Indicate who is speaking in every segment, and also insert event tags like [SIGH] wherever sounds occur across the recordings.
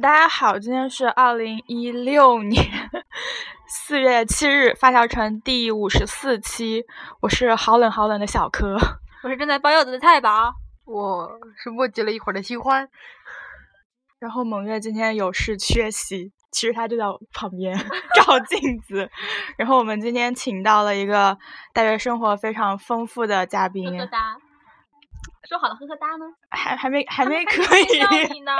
Speaker 1: 大家好，今天是二零一六年 [LAUGHS] 四月七日，发酵城第五十四期，我是好冷好冷的小柯。
Speaker 2: 我是正在包柚子的菜宝。
Speaker 3: 我是墨迹了一会儿的新欢，
Speaker 1: 然后蒙月今天有事缺席，其实他就在我旁边照镜子。然后我们今天请到了一个大学生活非常丰富的嘉宾，
Speaker 2: 呵呵哒，说好了呵呵哒呢？
Speaker 1: 还还没还没
Speaker 2: 还
Speaker 1: 可以，
Speaker 2: 叫你呢。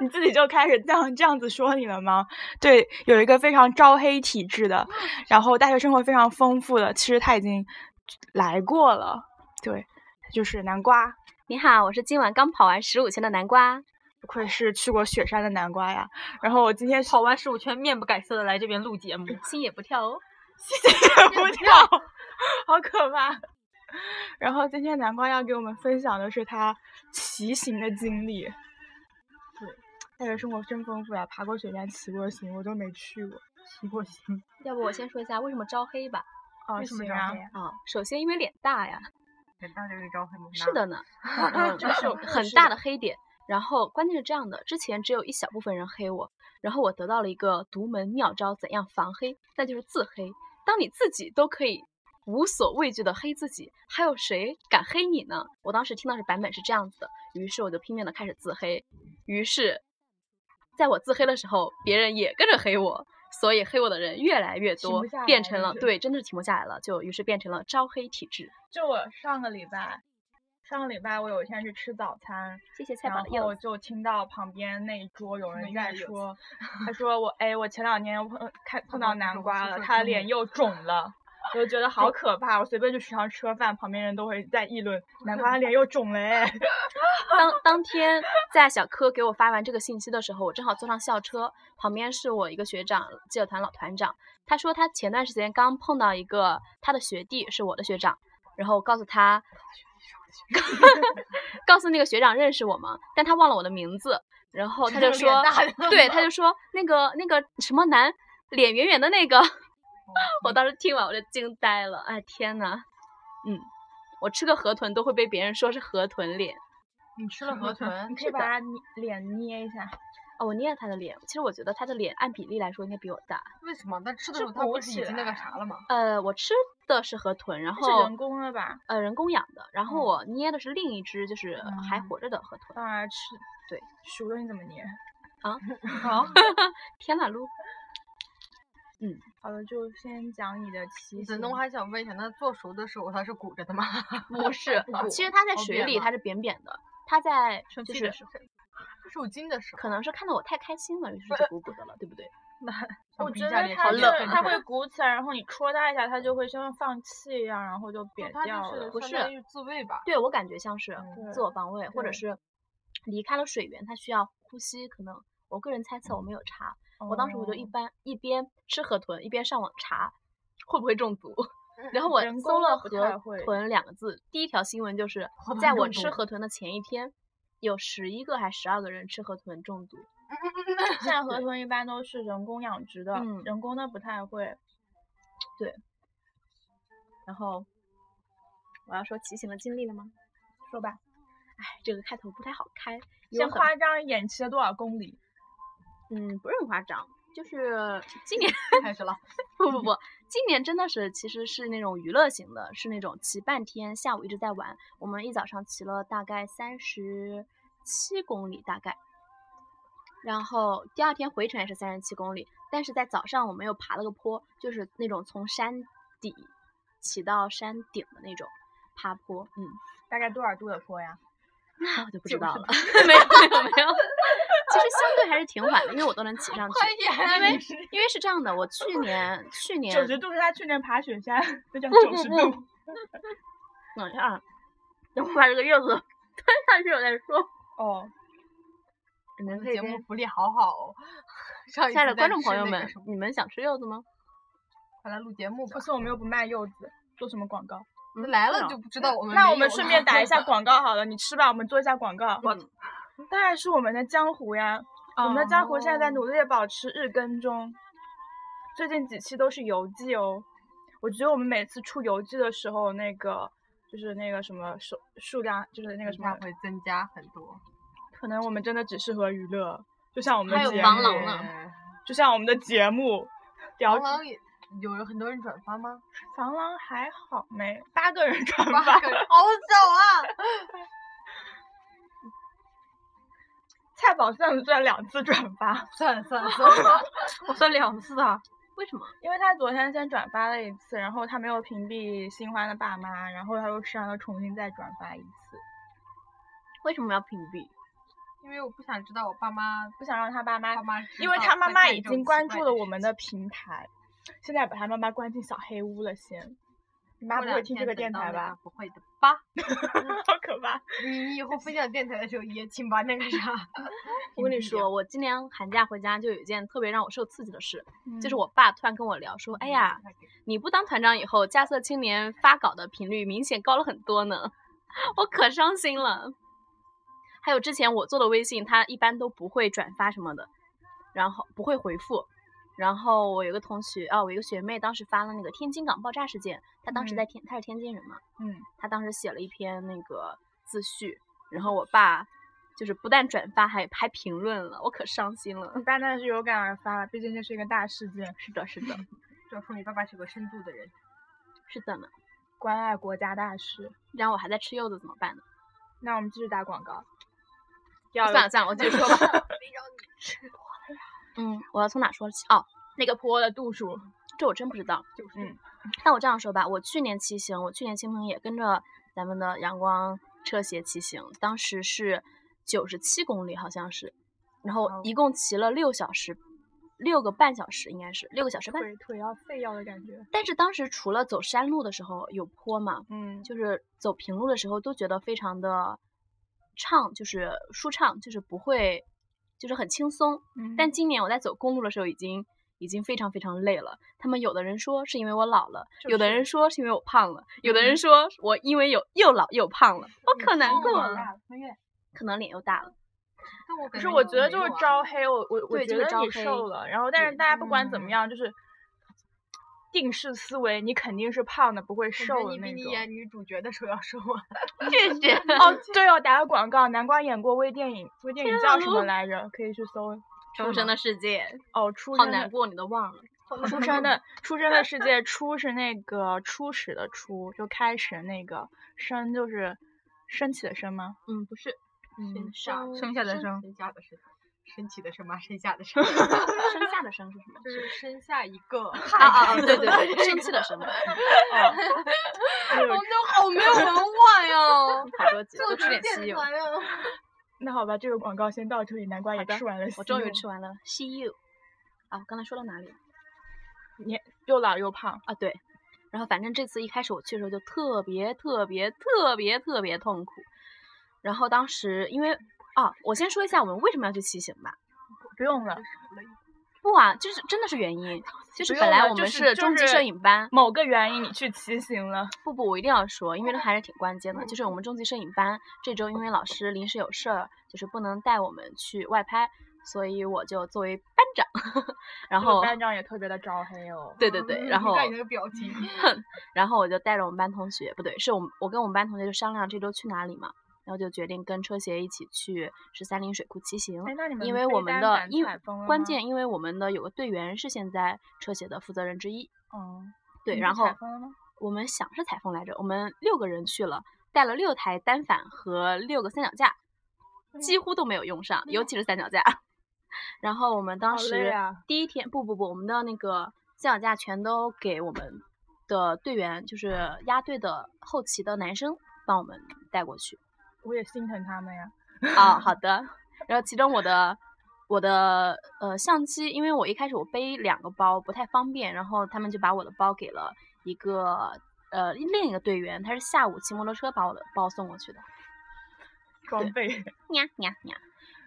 Speaker 1: 你自己就开始这样这样子说你了吗？对，有一个非常招黑体质的，然后大学生活非常丰富的，其实他已经来过了。对，就是南瓜，
Speaker 2: [LAUGHS] 你好，我是今晚刚跑完十五圈的南瓜。
Speaker 1: 不愧是去过雪山的南瓜呀。然后我今天
Speaker 3: 跑完十五圈，面不改色的来这边录节目。
Speaker 2: 心也不跳哦。
Speaker 1: [LAUGHS] 不跳，好可怕。然后今天南瓜要给我们分享的是他骑行的经历。对，大学生活真丰富呀、爬过雪山，骑过行，我都没去过。
Speaker 3: 骑过行，
Speaker 2: 要不我先说一下为什么招黑吧。
Speaker 1: 哦，
Speaker 3: 为什么
Speaker 1: 行
Speaker 3: 招
Speaker 1: 啊
Speaker 3: 黑？啊？
Speaker 2: 啊，首先因为脸大呀，
Speaker 3: 人大就是招黑吗？
Speaker 2: 是的呢，嗯这是很
Speaker 1: 是
Speaker 2: 大
Speaker 1: 的
Speaker 2: 的黑点。然后关键是这样的，之前只有一小部分人黑我，然后我得到了一个独门妙招，怎样防黑？那就是自黑。当你自己都可以无所畏惧的黑自己，还有谁敢黑你呢？我当时听到是版本是这样子的，于是我就拼命的开始自黑。于是，在我自黑的时候，别人也跟着黑我，所以黑我的人越来越
Speaker 1: 停
Speaker 2: 多
Speaker 1: 不下，
Speaker 2: 变
Speaker 1: 来
Speaker 2: 成
Speaker 1: 就
Speaker 2: 了
Speaker 1: 是
Speaker 2: 对，真的是停不下来了，就于是变成了招黑体质。
Speaker 1: 就我上个礼拜，上个礼拜我有一天去吃早餐，
Speaker 2: 谢谢菜
Speaker 1: 然
Speaker 2: 宝的柚
Speaker 1: 后
Speaker 2: 子 [LAUGHS]
Speaker 1: 我就听到旁边那一桌有人
Speaker 3: 没
Speaker 1: 在
Speaker 3: 有柚
Speaker 1: 说，他说我哎，我前两天我碰看碰
Speaker 3: 到
Speaker 1: 到
Speaker 3: 那
Speaker 1: 南
Speaker 3: 种
Speaker 1: 瓜
Speaker 3: 宿
Speaker 1: 了，
Speaker 3: 舍
Speaker 1: 他的
Speaker 3: 青
Speaker 1: 脸
Speaker 3: 年
Speaker 1: 又肿了。我就觉得好可怕，我随便去食堂吃个饭，旁边人都会在议
Speaker 3: [LAUGHS]
Speaker 1: 论南瓜脸又肿了哎。
Speaker 2: 当当天在小柯给我发完这个信息的时候，我正好坐上校车，旁边是我一个学长，记者团老团长。他说他前段时间刚碰到一个他的学弟，是我的学长，然后告诉他， [LAUGHS] 告诉那个学长认识我吗？但他忘了我的名字，然后他就
Speaker 3: 学长
Speaker 2: 说
Speaker 3: 脸大的，
Speaker 2: 对，他就说
Speaker 3: [LAUGHS]
Speaker 2: 那个那个什么男，脸圆圆的那
Speaker 3: 哦
Speaker 2: 个，我当时听完我就惊呆了，哎天呐，嗯，我吃个河豚都会被别人说是河豚脸。
Speaker 3: 你吃
Speaker 1: [LAUGHS]
Speaker 3: 了河豚
Speaker 1: 你可以把它捏脸捏一下，
Speaker 2: 哦，我捏了他的脸。其实我觉得他的脸按比例来说应该比我大。
Speaker 3: 为什么？那吃的
Speaker 1: 是
Speaker 3: 时候它
Speaker 1: 鼓
Speaker 3: 不是
Speaker 1: 起
Speaker 3: 已经那个啥了吗？
Speaker 2: 呃，我吃的是河豚，然
Speaker 1: 这是
Speaker 2: 后
Speaker 1: 人工的吧？
Speaker 2: 呃人工养的，然
Speaker 1: 嗯
Speaker 2: 后我捏的是另一只就是还活着的河豚。
Speaker 1: 让它吃。
Speaker 2: 对，
Speaker 1: 熟的你怎么捏？
Speaker 3: 啊，
Speaker 2: 天啦噜，
Speaker 1: 好了，就先讲你的骑行
Speaker 3: 子。东还想问一下， [LAUGHS] 那做熟的时候它是鼓着的吗？，
Speaker 2: 不是
Speaker 3: [LAUGHS]
Speaker 2: 啊其实它在
Speaker 3: 好
Speaker 2: 水
Speaker 3: 扁
Speaker 2: 里
Speaker 3: 吗
Speaker 2: 它是扁扁的，它在
Speaker 3: 生
Speaker 2: 就
Speaker 3: 气的
Speaker 2: 是
Speaker 3: 时候，受惊的时候，
Speaker 2: 可能是看到我太开心了，于是就鼓鼓的了，对不对？
Speaker 1: 我
Speaker 3: 想
Speaker 1: 觉
Speaker 3: 评价
Speaker 1: 得
Speaker 3: 脸
Speaker 1: 它
Speaker 2: 好
Speaker 1: 是
Speaker 2: 冷
Speaker 1: 它
Speaker 2: 啊
Speaker 1: 会鼓起来，然后你戳它一下，它就会像放气一样，然后就扁
Speaker 3: 哦它
Speaker 1: 掉
Speaker 3: 就
Speaker 1: 了
Speaker 3: 是。
Speaker 2: 不
Speaker 3: 相
Speaker 2: 是
Speaker 3: 当于自卫吧？
Speaker 2: 对我感觉像是
Speaker 3: 嗯
Speaker 2: 自我防卫，或者
Speaker 1: 对
Speaker 2: 是离开了水源，它需要呼吸，可能我个人猜测我没有查，我当时我就一
Speaker 1: 哦
Speaker 2: 般一边吃河豚一边上网查会不会中毒，然后我
Speaker 1: 人
Speaker 2: 搜
Speaker 1: 工的
Speaker 2: 了“
Speaker 1: 不太
Speaker 2: 河
Speaker 1: 会
Speaker 2: 豚”两个字，第一条新闻就是
Speaker 3: 河豚
Speaker 2: 在我
Speaker 3: 中
Speaker 2: 吃
Speaker 3: 毒
Speaker 2: 河豚的前一天，有十一个还是十二个人吃河豚中毒。
Speaker 1: 现在河豚一般都是人工养殖的，
Speaker 2: 嗯
Speaker 1: 人工的不太会。
Speaker 2: 然后我要说骑行的经历了吗？说吧。哎，这个开头不太好开，因为
Speaker 1: 先
Speaker 2: 我很
Speaker 1: 夸张一点，骑了多少公里？
Speaker 2: 嗯，不是很夸张，就是今年
Speaker 3: 开始了，
Speaker 2: 不不不，今年真的是其实是那种娱乐型的，是那种骑半天，下午一直在玩。我们一早上骑了大概三十七公里，大概，然后第二天回程也是三十七公里，但是在早上我们又爬了个坡，就是那种从山底骑到山顶的那种爬坡，嗯。
Speaker 1: 大概多少度的坡 [LAUGHS] 呀？
Speaker 2: 那我就不知
Speaker 3: 90
Speaker 2: 道了， [LAUGHS] 没有没有没 [LAUGHS] 有，其实相对还是挺缓的，因为我都能骑上去。
Speaker 3: 快
Speaker 2: 因为
Speaker 3: 点！
Speaker 2: 因为是这样的，我去年去
Speaker 1: [LAUGHS]
Speaker 2: 年
Speaker 1: 九十度是他去年爬雪山，那叫
Speaker 2: 不
Speaker 1: 九
Speaker 2: 不
Speaker 1: 十
Speaker 2: 不
Speaker 1: 度。
Speaker 2: 等一下啊，等我把这个柚子 [LAUGHS] 吞下去，我再说。
Speaker 1: 哦，
Speaker 2: 你们可以
Speaker 3: 节目
Speaker 2: 跟
Speaker 3: 福利好好哦，上一
Speaker 2: 亲爱
Speaker 3: 次
Speaker 2: 的
Speaker 3: 在
Speaker 2: 观众
Speaker 3: 吃
Speaker 2: 朋友
Speaker 3: 那个
Speaker 2: 们
Speaker 3: 什么，
Speaker 2: 你们想吃柚子吗？
Speaker 3: 快来录节目吧
Speaker 1: 不。是哦我们又不卖柚子，做什么广告？
Speaker 2: 嗯
Speaker 3: 来
Speaker 2: 不
Speaker 3: 了
Speaker 2: 能
Speaker 3: 就不知道我们
Speaker 1: 那
Speaker 3: 没
Speaker 1: 我们
Speaker 3: 有
Speaker 1: 顺
Speaker 3: 了
Speaker 1: 便打一
Speaker 3: [LAUGHS]
Speaker 1: 下广告好了，你吃吧，我们做一下广告。
Speaker 2: 嗯
Speaker 1: 当然是我们的江湖呀，我们的江湖现在在努力地保持日更中，最近几期都是游记哦。我觉得我们每次出游记的时候，那个就是那个什么数数量，就是那个什
Speaker 3: 它
Speaker 1: 么，
Speaker 3: 会增加很多。
Speaker 1: 可能我们真的只适合娱乐，就像我们
Speaker 2: 还
Speaker 1: 的
Speaker 2: 有
Speaker 1: 节
Speaker 2: 防
Speaker 1: 目
Speaker 2: 狼呢
Speaker 3: 哎
Speaker 1: 就像我们的节目，聊
Speaker 3: 防狼也有人很多人转发吗？ [LAUGHS]
Speaker 1: 防狼还好没八个人转
Speaker 3: 八
Speaker 1: 发，
Speaker 3: 个人，好早啊！ [LAUGHS]
Speaker 1: 菜宝算不算两次转发？
Speaker 3: 算了算了算了，
Speaker 4: 我算两次啊，
Speaker 2: 为什么？
Speaker 1: 因为他昨天先转发了一次，然后他没有屏蔽新欢的爸妈，然后他又删了，重新再转发一次，
Speaker 2: 为什么要屏蔽？
Speaker 3: 因为我不想知道我爸妈
Speaker 1: 不想让他爸妈
Speaker 3: 爸妈知
Speaker 1: 因为
Speaker 3: 道
Speaker 1: 他妈
Speaker 3: 在
Speaker 1: 妈
Speaker 3: 哦干
Speaker 1: 已
Speaker 3: 这种
Speaker 1: 经
Speaker 3: 奇
Speaker 1: 关
Speaker 3: 怪
Speaker 1: 注
Speaker 3: 的
Speaker 1: 了我
Speaker 3: 事
Speaker 1: 们
Speaker 3: 情
Speaker 1: 的平台，现在把他妈妈关进小黑屋了先。你妈
Speaker 3: 过
Speaker 1: 不
Speaker 3: 两
Speaker 1: 会听这
Speaker 3: 天
Speaker 1: 个
Speaker 3: 等
Speaker 1: 电
Speaker 3: 到
Speaker 1: 台
Speaker 3: 那个
Speaker 1: 吧？
Speaker 3: 不会的吧？
Speaker 1: [LAUGHS]
Speaker 3: [LAUGHS]
Speaker 1: 好可怕！
Speaker 3: 你你以
Speaker 1: [LAUGHS]
Speaker 3: 后分享电台的时候也请把那个啥屏蔽掉，
Speaker 2: 我跟你说，我今年寒假回家就有一件特别让我受刺激的事，就是
Speaker 1: 嗯
Speaker 2: 我爸突然跟我聊说：“哎呀，你不当团长以后，加色青年发稿的频率明显高了很多呢， [LAUGHS] 我可伤心了。还有之前我做的微信，他一般都不会转发什么的，然后不会回复。然后我有个同学，啊，我一个学妹当时发了那个天津港爆炸事件，她当时在天，她是天津人嘛，
Speaker 1: 嗯，
Speaker 2: 她当时写了一篇那个自序，然后我爸就是不但转发还还评论了，我可伤心了。 [LAUGHS]
Speaker 1: 你爸那是有感而发了，毕竟这是一个大事件，
Speaker 2: 是的，是
Speaker 1: [LAUGHS]
Speaker 2: 的，
Speaker 3: 这说明爸爸是个深度的人。
Speaker 2: 是的呢。
Speaker 1: 关爱国家大事。
Speaker 2: 然后我还在吃柚子怎么办呢？
Speaker 1: 那我们继续打广告。要
Speaker 2: 算了算了，我继续 [LAUGHS] 说吧。嗯，我要从哪说起？哦，
Speaker 1: 那个坡的度数，
Speaker 2: 这我真不知道。
Speaker 3: 就是
Speaker 1: 嗯
Speaker 2: 但我这样说吧，我去年骑行，我去年亲朋也跟着咱们的阳光车协骑行，当时是九十七公里，好像是，然后
Speaker 3: 哦
Speaker 2: 一共骑了六小时，六个半小时应该是六个小时半。
Speaker 1: 腿腿要废掉的感觉。
Speaker 2: 但是当时除了走山路的时候有坡嘛，
Speaker 1: 嗯，
Speaker 2: 就是走平路的时候都觉得非常的畅，就是舒畅，就是不会，就是很轻松。
Speaker 3: 嗯
Speaker 2: 但今年我在走公路的时候，已经已经非常非常累了。他们有的人说是因为我老了，
Speaker 1: 就
Speaker 2: 有的
Speaker 1: 是
Speaker 2: 人说是因为我胖了，有的人
Speaker 1: 嗯
Speaker 2: 说我因为有又老又胖了，我可难过
Speaker 3: 了
Speaker 2: 了，。
Speaker 3: 穿越
Speaker 2: 可能脸又大 [LAUGHS] 了。
Speaker 3: 但我
Speaker 1: 不
Speaker 3: 感
Speaker 1: 是，
Speaker 3: 觉
Speaker 1: 我
Speaker 3: 你
Speaker 1: 觉得
Speaker 3: 没
Speaker 1: 就
Speaker 3: 有
Speaker 1: 是
Speaker 3: 啊
Speaker 1: 招黑，我我我觉
Speaker 2: 对就是
Speaker 1: 得
Speaker 2: 招
Speaker 1: 你
Speaker 2: 黑
Speaker 1: 瘦了，然后但是
Speaker 2: 对
Speaker 1: 大家不管怎么
Speaker 3: 嗯
Speaker 1: 样，就是定式思维，你肯定是胖的，不会
Speaker 3: 我觉
Speaker 1: 瘦
Speaker 3: 得
Speaker 1: 的
Speaker 3: 你比
Speaker 1: 那
Speaker 3: 你
Speaker 1: 种。
Speaker 3: 演女主角的时候要瘦
Speaker 1: [LAUGHS]
Speaker 3: 啊。
Speaker 2: 谢 [LAUGHS] 谢。
Speaker 1: 哦，对哦，打个广告，南瓜演过微电影，微电影
Speaker 2: 天
Speaker 1: 叫
Speaker 2: 啊
Speaker 1: 什么来着？可以去搜。
Speaker 2: 出生的世 [LAUGHS] 界，
Speaker 1: 哦，出
Speaker 2: 好
Speaker 1: 生
Speaker 2: 难
Speaker 1: 的
Speaker 2: 过，你都忘了。 [LAUGHS]
Speaker 1: 出生的出生的世界，出是那个初始的出，就开始那个升就是升起的升吗？
Speaker 2: 嗯，不是，
Speaker 1: 嗯，
Speaker 3: 生
Speaker 4: 生下的生
Speaker 3: 生下的生，升起的升吗？生下的
Speaker 1: [LAUGHS]
Speaker 3: 生，
Speaker 2: 生下的生是什么？
Speaker 3: [LAUGHS] 就是生下一个
Speaker 2: 啊
Speaker 3: 汉
Speaker 2: 啊啊！[LAUGHS]
Speaker 3: 人
Speaker 2: 对对
Speaker 3: [LAUGHS]
Speaker 2: 对，生气的 [LAUGHS] 生，，
Speaker 1: 哦哎
Speaker 3: 我们都好没有文化呀
Speaker 2: [LAUGHS] 好多集
Speaker 3: 做
Speaker 2: 都吃
Speaker 3: 出
Speaker 2: 点
Speaker 3: 电
Speaker 2: 西柚。
Speaker 3: 台啊。
Speaker 1: 那好吧，这个广告先到这里，南瓜
Speaker 2: 好
Speaker 1: 也
Speaker 2: 的
Speaker 1: 吃完了西柚，
Speaker 2: 我终于吃完了 see you。啊，我刚才说到哪里了？
Speaker 1: 你又老又胖，
Speaker 2: 啊，对。然后反正这次一开始我去的时候就特别特别特别特别痛苦。然后当时因为啊，我先说一下我们为什么要去骑行吧。
Speaker 1: 不用
Speaker 2: [LAUGHS]
Speaker 1: 了。
Speaker 2: 不啊，就是真的是
Speaker 1: [LAUGHS]
Speaker 2: 原因，就是
Speaker 1: 不
Speaker 2: 本
Speaker 1: 用
Speaker 2: 来
Speaker 1: 了
Speaker 2: 我
Speaker 1: 就
Speaker 2: 们
Speaker 1: 是就
Speaker 2: 中级摄
Speaker 1: 是
Speaker 2: 影班，
Speaker 1: 某个原因你去骑行了，
Speaker 2: 不不，我一定要说，因为这还是挺关键的。就是我们中级摄影班这周因为老师临时有事儿，就是不能带我们去外拍，所以我就作为班长， [LAUGHS] 然
Speaker 1: 这个
Speaker 2: 后
Speaker 1: 班长也特别的招黑哦。
Speaker 2: 对对
Speaker 3: [LAUGHS]
Speaker 2: 对，然后
Speaker 3: 看你那个表
Speaker 1: [LAUGHS]
Speaker 3: 情，
Speaker 2: 然后我就带着我们班同学，不对，是我们我跟我们班同学就商量这周去哪里嘛，然后就决定跟车协一起去十三陵水库骑行
Speaker 1: 哎，那你，们
Speaker 2: 因为
Speaker 1: 飞
Speaker 2: 我们
Speaker 1: 单
Speaker 2: 的
Speaker 1: 反
Speaker 2: 因
Speaker 1: 采风了
Speaker 2: 关
Speaker 1: 吗
Speaker 2: 键因为我们的有个队员是现在车协的负责人之一，
Speaker 1: 嗯，
Speaker 2: 对，
Speaker 1: 你
Speaker 2: 然
Speaker 1: 去采
Speaker 2: 后
Speaker 1: 风了吗
Speaker 2: 我们想是采风来着，我们六个人去了，带了六台单反和六个三脚架，
Speaker 1: 嗯
Speaker 2: 几乎都没有用上，尤其是三脚架。 [LAUGHS] 然后我们当
Speaker 1: 好累
Speaker 2: 时
Speaker 1: 啊
Speaker 2: 第一天，不不不，我们的那个三脚架全都给我们的队员，就是压队的后期的男生帮我们带过去。
Speaker 1: 我也心疼他们呀。
Speaker 2: 啊，好的。然后其中我的我的呃相机，因为我一开始我背两个包不太方便，然后他们就把我的包给了一个呃另一个队员，他是下午骑摩托车把我的包送过去的，
Speaker 1: 装备。
Speaker 2: 呀呀呀。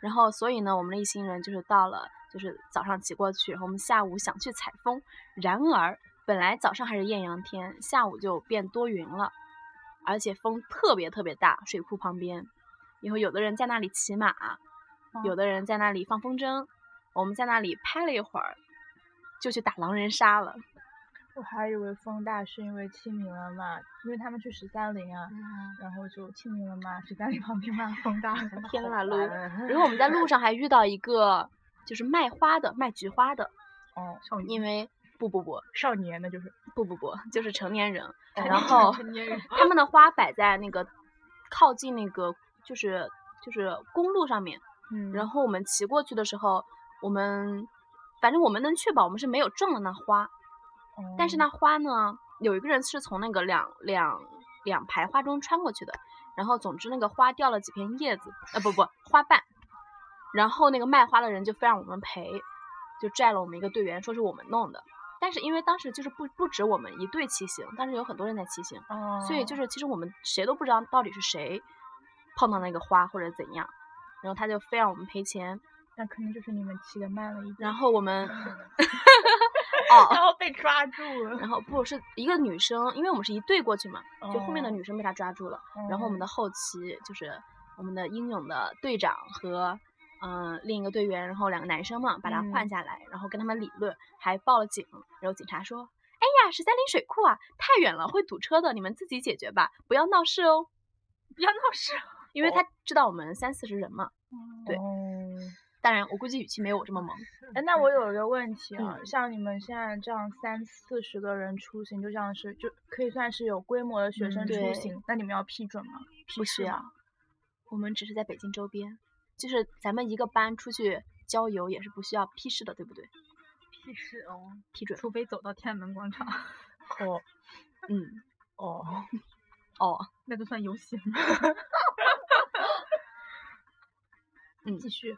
Speaker 2: 然后所以呢，我们的一行人就是到了，就是早上骑过去，然后我们下午想去采风，然而本来早上还是艳阳天，下午就变多云了，而且风特别特别大，水库旁边，以后有的人在那里骑马，有的人在那里放风筝，我们在那里拍了一会儿，就去打狼人杀了。
Speaker 1: 我还以为风大是因为清明了嘛，因为他们去十三陵啊，然后就清明了嘛，十三陵旁边嘛，风大。
Speaker 2: [LAUGHS] 天
Speaker 3: 好
Speaker 2: 啦撸！
Speaker 3: 烦
Speaker 1: 啊
Speaker 2: 然后我们在路上还遇到一个就是卖花的，卖菊花的，
Speaker 1: 哦，
Speaker 2: 因为不不不
Speaker 1: 少年那就是
Speaker 2: 不不不，就是成年人，
Speaker 1: 哦
Speaker 2: 然后
Speaker 3: 成年人
Speaker 2: 他们的花摆在那个靠近那个就是就是公路上面，
Speaker 1: 嗯
Speaker 2: 然后我们骑过去的时候，我们反正我们能确保我们是没有撞到那花，但是
Speaker 1: 呢，
Speaker 2: 那花呢，有一个人是从那个两两两排花中穿过去的，然后总之那个花掉了几片叶子，呃不不花瓣，然后那个卖花的人就非让我们赔，就拽了我们一个队员，说是我们弄的。但是因为当时就是不不止我们一队骑行，当时有很多人在骑行，
Speaker 1: 哦、
Speaker 2: 所以就是是其实我们谁都不知道到底是谁碰到那个花或者怎样，然后他就非让我们赔钱，
Speaker 1: 那可能就是你们骑的慢了一点，
Speaker 2: 然后我们
Speaker 1: [LAUGHS]
Speaker 2: 哦，
Speaker 1: 然后被抓住了，
Speaker 2: 然后不是一个女生，因为我们是一队过去嘛，就后面的
Speaker 1: 哦
Speaker 2: 女生被他抓住了，然后我们
Speaker 1: 的
Speaker 2: 的后期就是我们的英勇的队长和嗯、呃另一个队员，然后两个男生嘛，把他换
Speaker 1: 嗯
Speaker 2: 下来，然后跟他们理论，还报了警，然后警察说。哎呀，十三陵水库啊，太远了，会堵车的，你们自己解决吧，不要闹事哦。
Speaker 1: 不要闹事，
Speaker 2: 因为他知道我们三四十人嘛，对
Speaker 1: 哦
Speaker 2: 当然我估计语气没有我这么萌。
Speaker 1: 哎，那我有一个问题啊，
Speaker 2: 嗯
Speaker 1: 像你们现在这样三四十个人出行，就像是就可以算是有规模的学
Speaker 3: 嗯
Speaker 1: 生出
Speaker 2: 对
Speaker 1: 行，那你们要批准吗？批
Speaker 2: 不
Speaker 1: 示
Speaker 2: 需要
Speaker 1: 吗。，
Speaker 2: 我们只是在北京周边，就是咱们一个班出去郊游也是不需要批示的，对不对？
Speaker 3: 屁事哦，
Speaker 2: 批准，
Speaker 3: 除非走到天安门广场，
Speaker 1: 哦
Speaker 2: 嗯，
Speaker 1: 哦，
Speaker 2: 哦，
Speaker 3: 那就算游行。
Speaker 2: 嗯，
Speaker 1: 继续。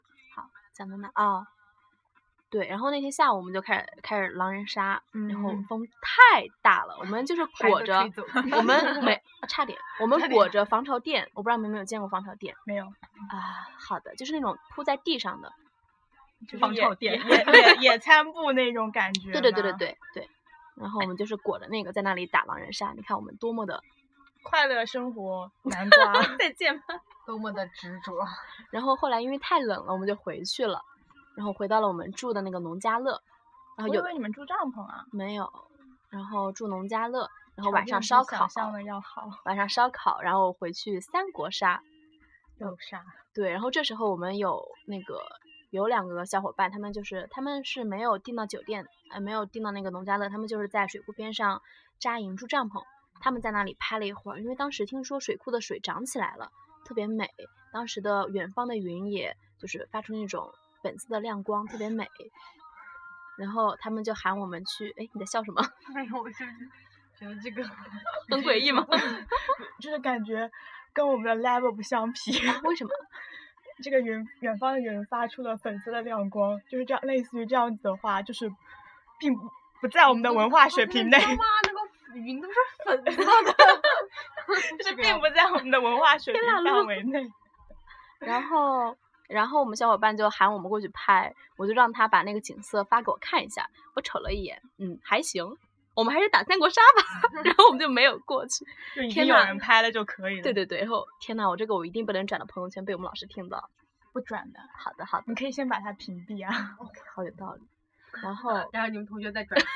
Speaker 2: 讲到哪啊、对，然后那天下午我们就开始开始狼人杀，然后
Speaker 1: 嗯
Speaker 2: 风太大了，我们就是
Speaker 3: 孩
Speaker 2: 裹
Speaker 3: 子
Speaker 2: 着
Speaker 3: 吹走，
Speaker 2: 我们没差点，我
Speaker 3: 差
Speaker 2: 们
Speaker 3: 点
Speaker 2: 裹着防潮垫，我不知道你们有没有见过防潮垫
Speaker 1: 没有，
Speaker 2: 啊？好的，就是那种铺在地上的，
Speaker 1: 就是
Speaker 3: 防
Speaker 1: 野
Speaker 3: 潮垫
Speaker 2: [LAUGHS]
Speaker 1: 野野野野餐布那种感觉。
Speaker 2: 对对对对，对对。然后我们就是裹着那个在那里打狼人杀，你看我们多么的
Speaker 1: 快乐生活，南
Speaker 2: [LAUGHS]
Speaker 1: 瓜。
Speaker 2: 再见吧。
Speaker 3: 多么的执着。
Speaker 2: 然后后来因为太冷了，我们就回去了，然后回到了我们住的那个农家乐，然
Speaker 1: 我
Speaker 2: 后
Speaker 1: 以
Speaker 2: 有
Speaker 1: 为你们住帐篷啊，
Speaker 2: 没有，然后住农家乐，然后
Speaker 1: 条
Speaker 2: 晚
Speaker 1: 件
Speaker 2: 上
Speaker 1: 比
Speaker 2: 烧烤
Speaker 1: 想，象的要好。
Speaker 2: 晚上烧烤，然后回去三国杀，嗯
Speaker 1: 有啥？
Speaker 2: 对，然后这时候我们有那个有两个小伙伴，他们就是他们是没有订到酒店，呃，没有订到那个农家乐，他们就是在水库边上扎营住帐篷，他们在那里拍了一会儿，因为当时听说水库的水涨起来了，特别美，当时的远方的云也就是发出那种粉色的亮光，特别美。然后他们就喊我们去，哎，你在笑什么？
Speaker 3: 哎呦，我就是觉得这个
Speaker 2: 很诡异吗？
Speaker 1: [LAUGHS] 就是感觉跟我们的 level 不相匹。 [LAUGHS]
Speaker 2: 为什么？
Speaker 1: 这个云远方的云发出了粉色的亮光，就是这样，类似于这样子的话，就是并不不在我们的文化水平
Speaker 2: [LAUGHS]
Speaker 1: 内，
Speaker 3: 妈，那个云都是粉色的。
Speaker 1: 就是
Speaker 3: 这个
Speaker 1: 并不在我们的文化水平
Speaker 2: 天啦
Speaker 1: 范
Speaker 2: 撸
Speaker 1: 围内。
Speaker 2: 然后，然后我们小伙伴就喊我们过去拍，我就让他把那个景色发给我看一下。我瞅了一眼，嗯，还行，我们还是打三国杀吧。 [LAUGHS] 然后我们就没有过去。
Speaker 1: 就已经
Speaker 2: 天
Speaker 1: 有
Speaker 2: 呐
Speaker 1: 人拍了就可以了。
Speaker 2: 对，对对，然后天呐，我这个我一定不能转到朋友圈，被我们老师听到。
Speaker 1: 不转的，
Speaker 2: 好的，好的，
Speaker 1: 你可以先把它屏蔽啊。
Speaker 2: 好有道理。然后，
Speaker 3: 然后你们同学再转出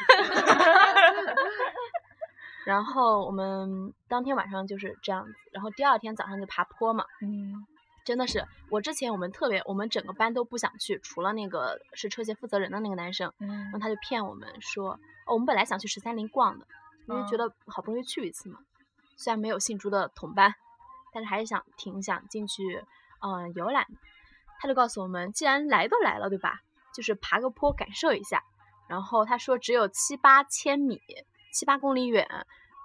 Speaker 2: 然后我们当天晚上就是这样子，然后第二天早上就爬坡嘛。
Speaker 1: 嗯，
Speaker 2: 真的是，我之前我们特别，我们整个班都不想去，除了那个是车协负责人的那个男生，然后
Speaker 1: 嗯
Speaker 2: 他就骗我们说，哦，我们本来想去十三陵逛的，因为
Speaker 1: 嗯
Speaker 2: 觉得好不容易去一次嘛，虽然没有姓朱的同伴，但是还是想挺想进去，嗯、游览。他就告诉我们，既然来都来了，对吧？就是爬个坡感受一下。然后他说只有七八千米，七八公里远，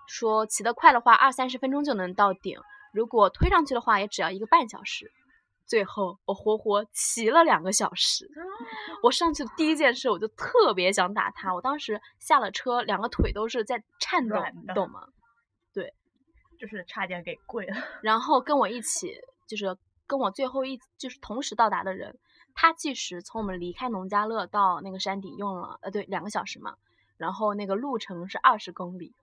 Speaker 2: 说骑得快的话，二三十分钟就能到顶，如果推上去的话，也只要一个半小时。最后我活活骑了两个小时。
Speaker 1: 啊
Speaker 2: 我上去的第一件事，我就特别想打他。我当时下了车，两个腿都是在颤抖
Speaker 1: 软，的
Speaker 2: 你懂吗？
Speaker 1: 就是差点给跪了。 [LAUGHS]
Speaker 2: 然后跟我一起，就是跟我最后一就是同时到达的人，他计时从我们离开农家乐到那个山顶用了呃对两个小时嘛，然后那个路程是二十公里，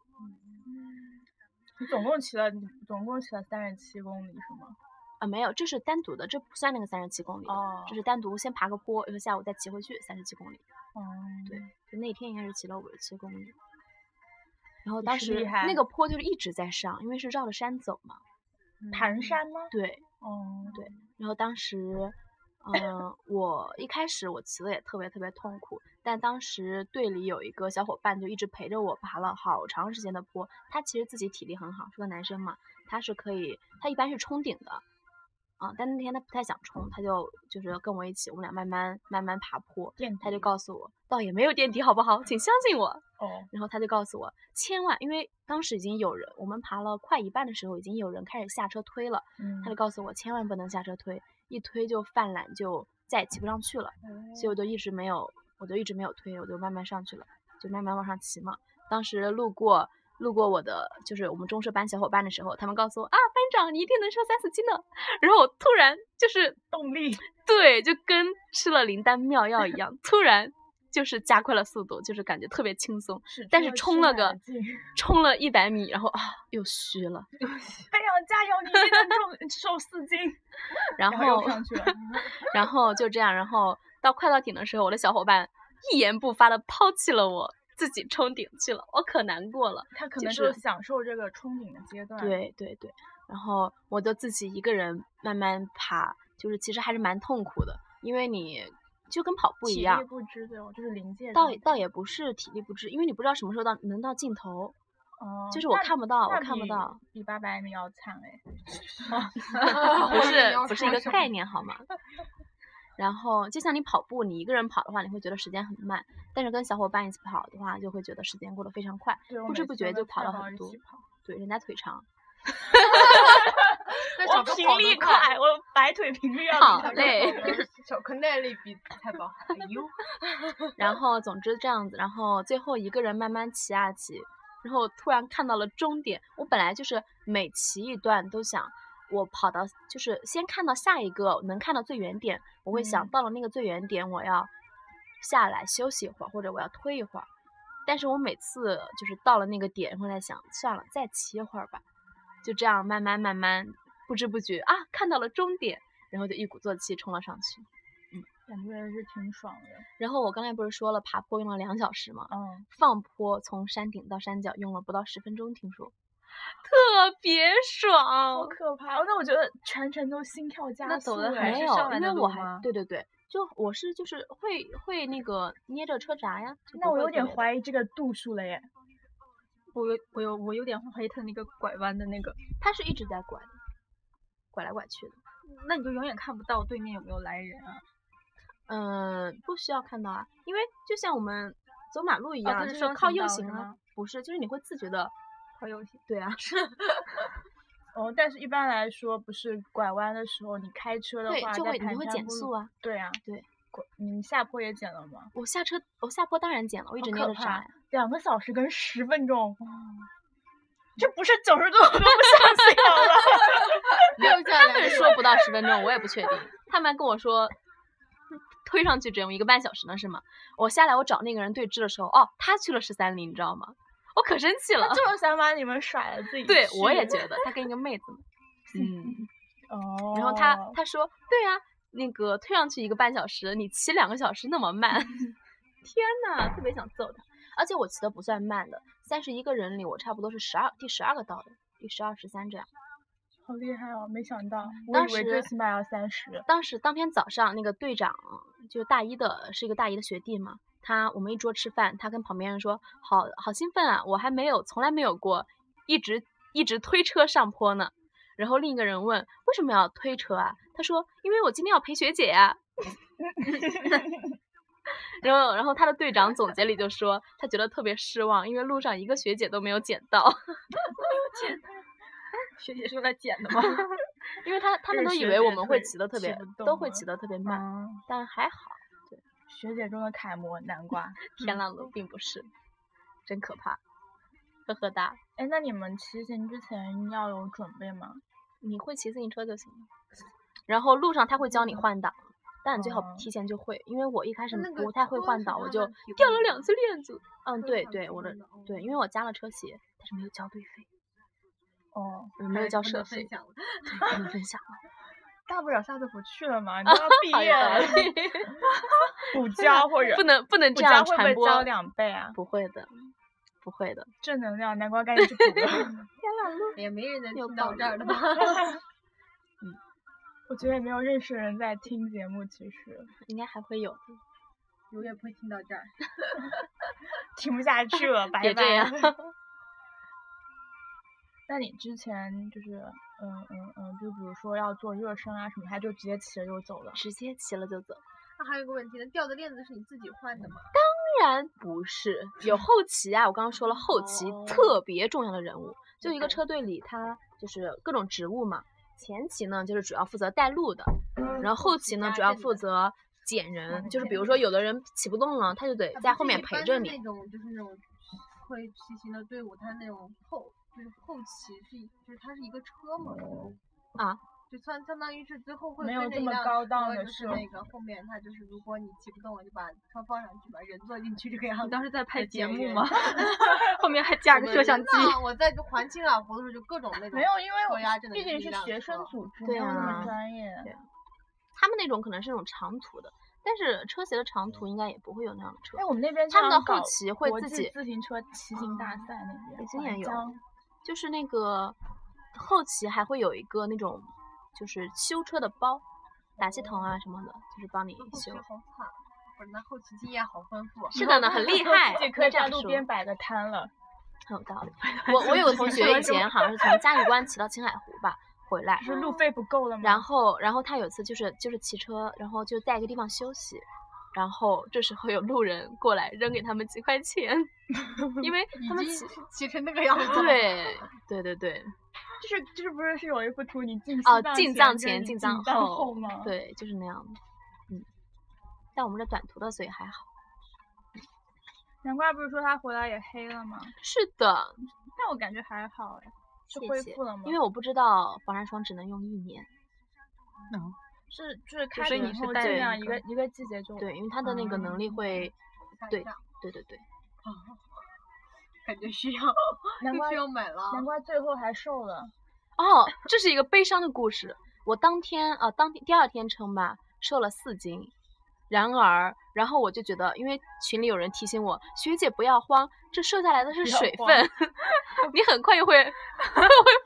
Speaker 1: 你总共骑了，你总共骑了三十七公里是吗？
Speaker 2: 啊、没有，这是单独的，这不算那个三十七公里的，
Speaker 1: 哦
Speaker 2: 这是单独先爬个坡，然后下午再骑回去三十七公里。
Speaker 1: 哦，
Speaker 2: 对，就那天应该是骑了五十七公里。然后
Speaker 1: 你
Speaker 2: 当
Speaker 1: 是厉
Speaker 2: 时
Speaker 1: 害
Speaker 2: 那个坡就是一直在上，因为是绕着山走嘛。
Speaker 1: 盘山吗？
Speaker 2: 对，
Speaker 1: 哦，
Speaker 2: 对然后当时，嗯，我一开始我骑的也特别特别痛苦，但当时队里有一个小伙伴就一直陪着我爬了好长时间的坡。他其实自己体力很好，是个男生嘛，他是可以，他一般是冲顶的，啊，但那天他不太想冲，他就就是跟我一起，我们俩慢慢慢慢爬坡。
Speaker 1: 电
Speaker 2: 他就
Speaker 1: 梯
Speaker 2: 告诉我，倒也没有垫底，好不好？请相信我。
Speaker 1: 哦，
Speaker 2: 然后他就告诉我，千万，因为当时已经有人，我们爬了快一半的时候，已经有人开始下车推了。
Speaker 1: 嗯
Speaker 2: 他就告诉我千万不能下车推，一推就犯懒，就再也骑不上去了。
Speaker 1: 嗯
Speaker 2: 所以我就一直没有，我就一直没有推，我就慢慢上去了，就慢慢往上骑嘛。当时路过路过我的就是我们中社班小伙伴的时候，他们告诉我啊，班长你一定能瘦三四斤的。然后我突然就是
Speaker 1: 动力，
Speaker 2: 对，就跟吃了灵丹妙药一样，突然就是加快了速度，就是感觉特别轻松。但是冲了个冲了一百米，然后啊又虚了，
Speaker 1: 班长哎加油，你一定能重瘦四斤，
Speaker 2: 然
Speaker 1: 然后又
Speaker 2: 后
Speaker 1: 上去了， [LAUGHS]
Speaker 2: 然后就这样，然后到快到顶的时候，我的小伙伴一言不发的抛弃了我，自己冲顶去了，我可难过了。
Speaker 1: 他可
Speaker 2: 就
Speaker 1: 能就是
Speaker 2: 是
Speaker 1: 享受这个冲顶的阶段，，
Speaker 2: 对对对，然后我就自己一个人慢慢爬，就是其实还是蛮痛苦的，因为你就跟跑步一
Speaker 1: 体
Speaker 2: 样
Speaker 1: 力，不支对哦，就是临界
Speaker 2: 倒
Speaker 1: 状
Speaker 2: 倒也不是体力不支，因为你不知道什么时候到能到尽头，
Speaker 1: 哦
Speaker 2: 就是我
Speaker 1: 那
Speaker 2: 看不到，我
Speaker 1: 那
Speaker 2: 看不
Speaker 1: 比
Speaker 2: 到，，
Speaker 1: 比八百米要惨哎，
Speaker 2: 哦
Speaker 1: [LAUGHS]
Speaker 2: 不是不是一个概
Speaker 3: 念。
Speaker 2: 念好吗？然后就像你跑步，你一个人跑的话，你会觉得时间很慢，但是跟小伙伴一起跑的话，就会觉得时间过得非常快。
Speaker 1: 对我
Speaker 2: 不知
Speaker 1: 每
Speaker 2: 不
Speaker 1: 次
Speaker 2: 觉
Speaker 1: 都
Speaker 2: 就跑
Speaker 1: 看
Speaker 2: 了
Speaker 1: 到
Speaker 2: 很
Speaker 1: 一
Speaker 2: 多
Speaker 1: 起跑
Speaker 2: 对，人家腿长，
Speaker 3: 那小
Speaker 1: 我
Speaker 3: 哥
Speaker 1: 频
Speaker 3: 跑得
Speaker 1: 率
Speaker 3: 快，
Speaker 1: 快，我摆腿频率要
Speaker 2: 好
Speaker 1: 比他快
Speaker 2: 嘞
Speaker 3: 小哥小哥耐力比太棒。哎呦，
Speaker 2: 然后总之这样子，然后最后一个人慢慢骑啊骑，然后突然看到了终点。我本来就是每骑一段都想，我跑到就是先看到下一个能看到最远点，我会想
Speaker 1: 嗯
Speaker 2: 到了那个最远点，我要下来休息一会儿，或者我要推一会儿。但是我每次就是到了那个点，会在想，算了，再骑一会儿吧。就这样慢慢慢慢，不知不觉啊，看到了终点，然后就一鼓作气冲了上去。
Speaker 1: 感觉是挺爽的，
Speaker 2: 然后我刚才不是说了，爬坡用了两小时吗？
Speaker 1: 嗯，
Speaker 2: 放坡从山顶到山脚用了不到十分钟，听说特别爽
Speaker 1: 好。
Speaker 2: 哦
Speaker 1: 可怕，哦那我觉得全程都心跳加速哎，
Speaker 3: 那走得还
Speaker 2: 没
Speaker 3: 是
Speaker 2: 有
Speaker 3: 上，来
Speaker 2: 因
Speaker 3: 的
Speaker 2: 为我
Speaker 3: 路吗
Speaker 2: 还对对对，就我是就是会会那个捏着车闸呀。就
Speaker 1: 那
Speaker 2: 不
Speaker 1: 我
Speaker 2: 会
Speaker 1: 有
Speaker 2: 特
Speaker 1: 点
Speaker 2: 别的
Speaker 1: 怀疑这个度数了耶，
Speaker 4: 我有我有我有点怀疑他那个拐弯的那个，
Speaker 2: 它是一直在拐的，拐来拐去的。
Speaker 4: 那你就永远看不到对面有没有来人啊。
Speaker 2: 嗯，不需要看到啊，因为就像我们走马路一
Speaker 4: 哦
Speaker 2: 样，
Speaker 4: 它
Speaker 2: 就是是
Speaker 4: 双
Speaker 2: 靠
Speaker 4: 行
Speaker 2: 右
Speaker 4: 道
Speaker 2: 行
Speaker 4: 是
Speaker 2: 啊
Speaker 4: 吗，
Speaker 2: 不是，就是你会自觉的，
Speaker 4: 好有心，
Speaker 2: 对啊，
Speaker 1: 哦，但是一般来说，不是拐弯的时候，你开车的
Speaker 2: 对
Speaker 1: 话，，
Speaker 2: 就
Speaker 1: 在
Speaker 2: 会你
Speaker 1: 盘
Speaker 2: 会
Speaker 1: 山
Speaker 2: 减
Speaker 1: 公路
Speaker 2: 速。啊。
Speaker 1: 对啊，
Speaker 2: 对
Speaker 1: 拐。你下坡也减了吗？
Speaker 2: 我下车，我下坡当然减了，我一
Speaker 1: 好
Speaker 2: 直捏
Speaker 1: 可
Speaker 2: 着闸
Speaker 1: 怕
Speaker 2: 呀。
Speaker 1: 两个小时跟十分钟，
Speaker 2: 哦
Speaker 1: 这不是九十度我都不相信好了。
Speaker 2: [LAUGHS]
Speaker 3: 留下
Speaker 2: 他
Speaker 3: 来
Speaker 2: 们
Speaker 3: 了
Speaker 2: 说不到十分钟，我也不确定。他们跟我说，推上去只用一个半小时呢，是吗？我下来我找那个人对峙的时候，哦，他去了十三陵，你知道吗？我可生气了。
Speaker 1: 就是想把你们甩了自己去。
Speaker 2: 对，我也觉得他跟一个妹子嘛。嗯，
Speaker 1: 哦。
Speaker 2: 然后他他说，对啊，那个推上去一个半小时，你骑两个小时那么慢，天呐，特别想揍他。而且我骑的不算慢的，三十一个人里我差不多是十二第十二个到的，第十二十三这样。
Speaker 1: 好厉害哦，没想到，我
Speaker 2: 嗯当
Speaker 1: 以为
Speaker 2: 时哦
Speaker 1: 最起码要三十。
Speaker 2: 当时当天早上，那个队长就是大一的，是一个大一的学弟嘛。他我们一桌吃饭，他跟旁边人说：“好好兴奋啊，我还没有，从来没有过，一直一直推车上坡呢。”然后另一个人问：“为什么要推车啊？”他说：“因为我今天要陪学姐呀、 [LAUGHS] 然后，然后他的队长总结里就说，他觉得特别失望，因为路上一个学姐都没有捡到， [LAUGHS]
Speaker 4: 学姐是用来捡的吗？
Speaker 2: 因为他他们
Speaker 1: 就是
Speaker 2: 都以
Speaker 1: 学
Speaker 2: 为我
Speaker 1: 姐
Speaker 2: 们会
Speaker 1: 腿
Speaker 2: 骑得特
Speaker 1: 骑
Speaker 2: 别
Speaker 1: 不，
Speaker 2: 都
Speaker 1: 动
Speaker 2: 会
Speaker 1: 了
Speaker 2: 骑得特别慢，
Speaker 1: 嗯，
Speaker 2: 但还好。
Speaker 1: 学姐中的楷模，南
Speaker 2: [LAUGHS]
Speaker 1: 瓜。
Speaker 2: 天狼楼并不是，真可怕，呵呵哒。
Speaker 1: 哎，那你们骑行之前要有准备吗？
Speaker 2: 你会骑自行车就行了。然后路上他会教你换挡，但你最好
Speaker 1: 哦
Speaker 2: 提前就会，因为我一开始
Speaker 3: 那个
Speaker 2: 不太会
Speaker 3: 多
Speaker 2: 换
Speaker 3: 是
Speaker 2: 挡，我
Speaker 3: 他
Speaker 2: 就
Speaker 3: 们提
Speaker 2: 掉
Speaker 3: 供
Speaker 2: 了
Speaker 3: 的
Speaker 2: 两
Speaker 3: 吗
Speaker 2: 次链子。嗯，
Speaker 3: 车
Speaker 2: 对
Speaker 3: 上
Speaker 2: 对，
Speaker 3: 提
Speaker 2: 我的
Speaker 3: 供的哦
Speaker 2: 对，因为我加了车鞋，但是没有交队费，
Speaker 1: 哦，
Speaker 2: 我没有交车费
Speaker 3: 分，享了。
Speaker 2: 对不能分享了。
Speaker 1: 大不了下次不去了
Speaker 2: [LAUGHS]
Speaker 1: 嘛，你都要毕
Speaker 2: 好
Speaker 1: 业
Speaker 2: 有道
Speaker 1: 了，
Speaker 2: [LAUGHS] 理
Speaker 1: 补交或者
Speaker 2: 不能不能
Speaker 1: 补
Speaker 2: 这
Speaker 1: [LAUGHS]
Speaker 2: 样
Speaker 1: 交会不
Speaker 2: 传
Speaker 1: 会
Speaker 2: 播，
Speaker 1: 交两倍啊？
Speaker 2: 不会的，不会的。
Speaker 1: 正能量，南瓜赶紧去补吧
Speaker 3: 也没人能
Speaker 2: 有
Speaker 3: 听
Speaker 2: 道
Speaker 3: 到
Speaker 2: 理
Speaker 3: 这儿的吧？
Speaker 1: [LAUGHS] 我觉得也没有认识的人在听节目，其实
Speaker 2: 应该还会有。
Speaker 3: 永远不会听到这儿。
Speaker 1: 听不下去
Speaker 4: [LAUGHS]
Speaker 1: 了，拜
Speaker 2: 别这
Speaker 1: 拜
Speaker 2: 样。
Speaker 1: 那你之前就是，嗯嗯嗯，就比如说要做热身啊什么，他就直接起了就走了。
Speaker 2: 直接骑了就走。
Speaker 3: 那还有一个问题，那吊的链子是你自己换的吗？
Speaker 2: 当然不是，有后期啊，我刚刚说了，后期
Speaker 1: 哦
Speaker 2: 特别重要的人物，就一个车队里，他就是各种职务嘛。前期呢，就是主要负责带路的，
Speaker 1: 嗯
Speaker 2: 然后后期呢，
Speaker 3: 家
Speaker 2: 主要
Speaker 3: 政
Speaker 2: 负
Speaker 3: 的
Speaker 2: 责捡
Speaker 1: 哦
Speaker 2: 人，就是比如
Speaker 3: 捡
Speaker 2: 说有的人骑不动了，他就得
Speaker 1: 啊
Speaker 2: 在后面陪着你。
Speaker 3: 那种就是那种会骑行的队伍，它那种后就是后期是一就是它是一个车嘛。
Speaker 2: 啊。
Speaker 3: 就算相当于是最后会
Speaker 1: 没有
Speaker 3: 跟着
Speaker 1: 这
Speaker 3: 一
Speaker 1: 么
Speaker 3: 辆
Speaker 1: 高
Speaker 3: 车
Speaker 1: 档的
Speaker 3: 就是
Speaker 1: 设
Speaker 3: 那个后面它就是如果你骑不动了，就把车放上去，把人坐进去这个样
Speaker 4: 你
Speaker 3: 子。
Speaker 4: 当时在拍
Speaker 3: 的
Speaker 4: 节
Speaker 3: 节
Speaker 4: 目
Speaker 3: 约
Speaker 4: 吗？ [LAUGHS] 后面还架个摄像机。
Speaker 3: 那我在环青朗湖的时候就各种那种
Speaker 1: 没有，因为
Speaker 3: 高压
Speaker 1: 我
Speaker 3: 真的
Speaker 1: 毕
Speaker 3: 是
Speaker 1: 竟
Speaker 3: 一
Speaker 1: 是
Speaker 3: 辆
Speaker 1: 学生
Speaker 3: 车
Speaker 1: 组织，没
Speaker 2: 对
Speaker 1: 有那么
Speaker 2: 啊
Speaker 1: 专业。
Speaker 2: 他们那种可能是那种长途的，但是车协的长途应该也不会有那样的车
Speaker 1: 哎，。我们那边
Speaker 2: 他们
Speaker 1: 经
Speaker 2: 的
Speaker 1: 常
Speaker 2: 后
Speaker 1: 搞
Speaker 2: 期会
Speaker 1: 国
Speaker 2: 自
Speaker 1: 际
Speaker 2: 己
Speaker 1: 自行车骑行大
Speaker 2: 哦
Speaker 1: 赛那边，
Speaker 2: 北京
Speaker 1: 环
Speaker 2: 也有
Speaker 1: 江
Speaker 2: 就是那个后期还会有一个那种就是修车的包，打气筒啊什么的，就是帮你
Speaker 1: 哦
Speaker 3: 后期
Speaker 2: 修。
Speaker 3: 好惨，不是那后期经验好丰富啊。
Speaker 2: 是的
Speaker 1: [LAUGHS]
Speaker 2: 呢，很厉害，
Speaker 1: 自己
Speaker 2: 可
Speaker 1: 可以
Speaker 2: 以这
Speaker 1: 在
Speaker 2: 样
Speaker 1: 路
Speaker 2: 说，
Speaker 1: 边摆个摊了。
Speaker 2: 很有道理。我我有个同学以前好像是从嘉峪关骑到青海湖吧回来
Speaker 1: 就，是路费不够了吗？
Speaker 2: 哦然后然后他有一次就是就是骑车，然后就在一个地方休息，然后这时候有路人过来扔给他们几块钱，因为
Speaker 3: 已
Speaker 2: 他们
Speaker 3: 经
Speaker 2: 骑
Speaker 3: 骑成那个样子了。
Speaker 2: 对对对对
Speaker 1: 就是就是不是是有一幅图，你进
Speaker 2: 哦
Speaker 1: 西藏
Speaker 2: 进藏
Speaker 1: 藏
Speaker 2: 前进
Speaker 1: 进
Speaker 2: 藏
Speaker 1: 藏
Speaker 2: 后
Speaker 1: 吗？，
Speaker 2: 对，就是那样的，嗯。但我们这短途的，所以还好。
Speaker 1: 难怪不是说他回来也黑了吗？
Speaker 2: 是的，
Speaker 1: 但我感觉还好哎，是
Speaker 2: 谢
Speaker 1: 恢
Speaker 2: 谢
Speaker 1: 复了吗？
Speaker 2: 因为我不知道防晒霜只能用一年，
Speaker 1: 是就是开
Speaker 4: 所
Speaker 1: 始
Speaker 4: 以
Speaker 1: 以
Speaker 4: 你是
Speaker 1: 后
Speaker 4: 带
Speaker 1: 尽
Speaker 4: 了一
Speaker 1: 量一
Speaker 4: 个
Speaker 1: 个一个季节就
Speaker 2: 对，因为它的那个能力会，
Speaker 3: 下
Speaker 2: 对
Speaker 3: 架
Speaker 2: 对对对，
Speaker 3: 感觉需要，
Speaker 1: 难怪
Speaker 3: 需要买了。
Speaker 1: 难怪最后还瘦了。
Speaker 2: 哦，这是一个悲伤的故事。我当天啊、呃当天第二天称吧，瘦了四斤。然而，然后我就觉得，因为群里有人提醒我，学姐不要慌，这瘦下来的是
Speaker 1: 不要
Speaker 2: 水
Speaker 1: 慌
Speaker 2: 分， [LAUGHS] 你很快又会 [LAUGHS] 会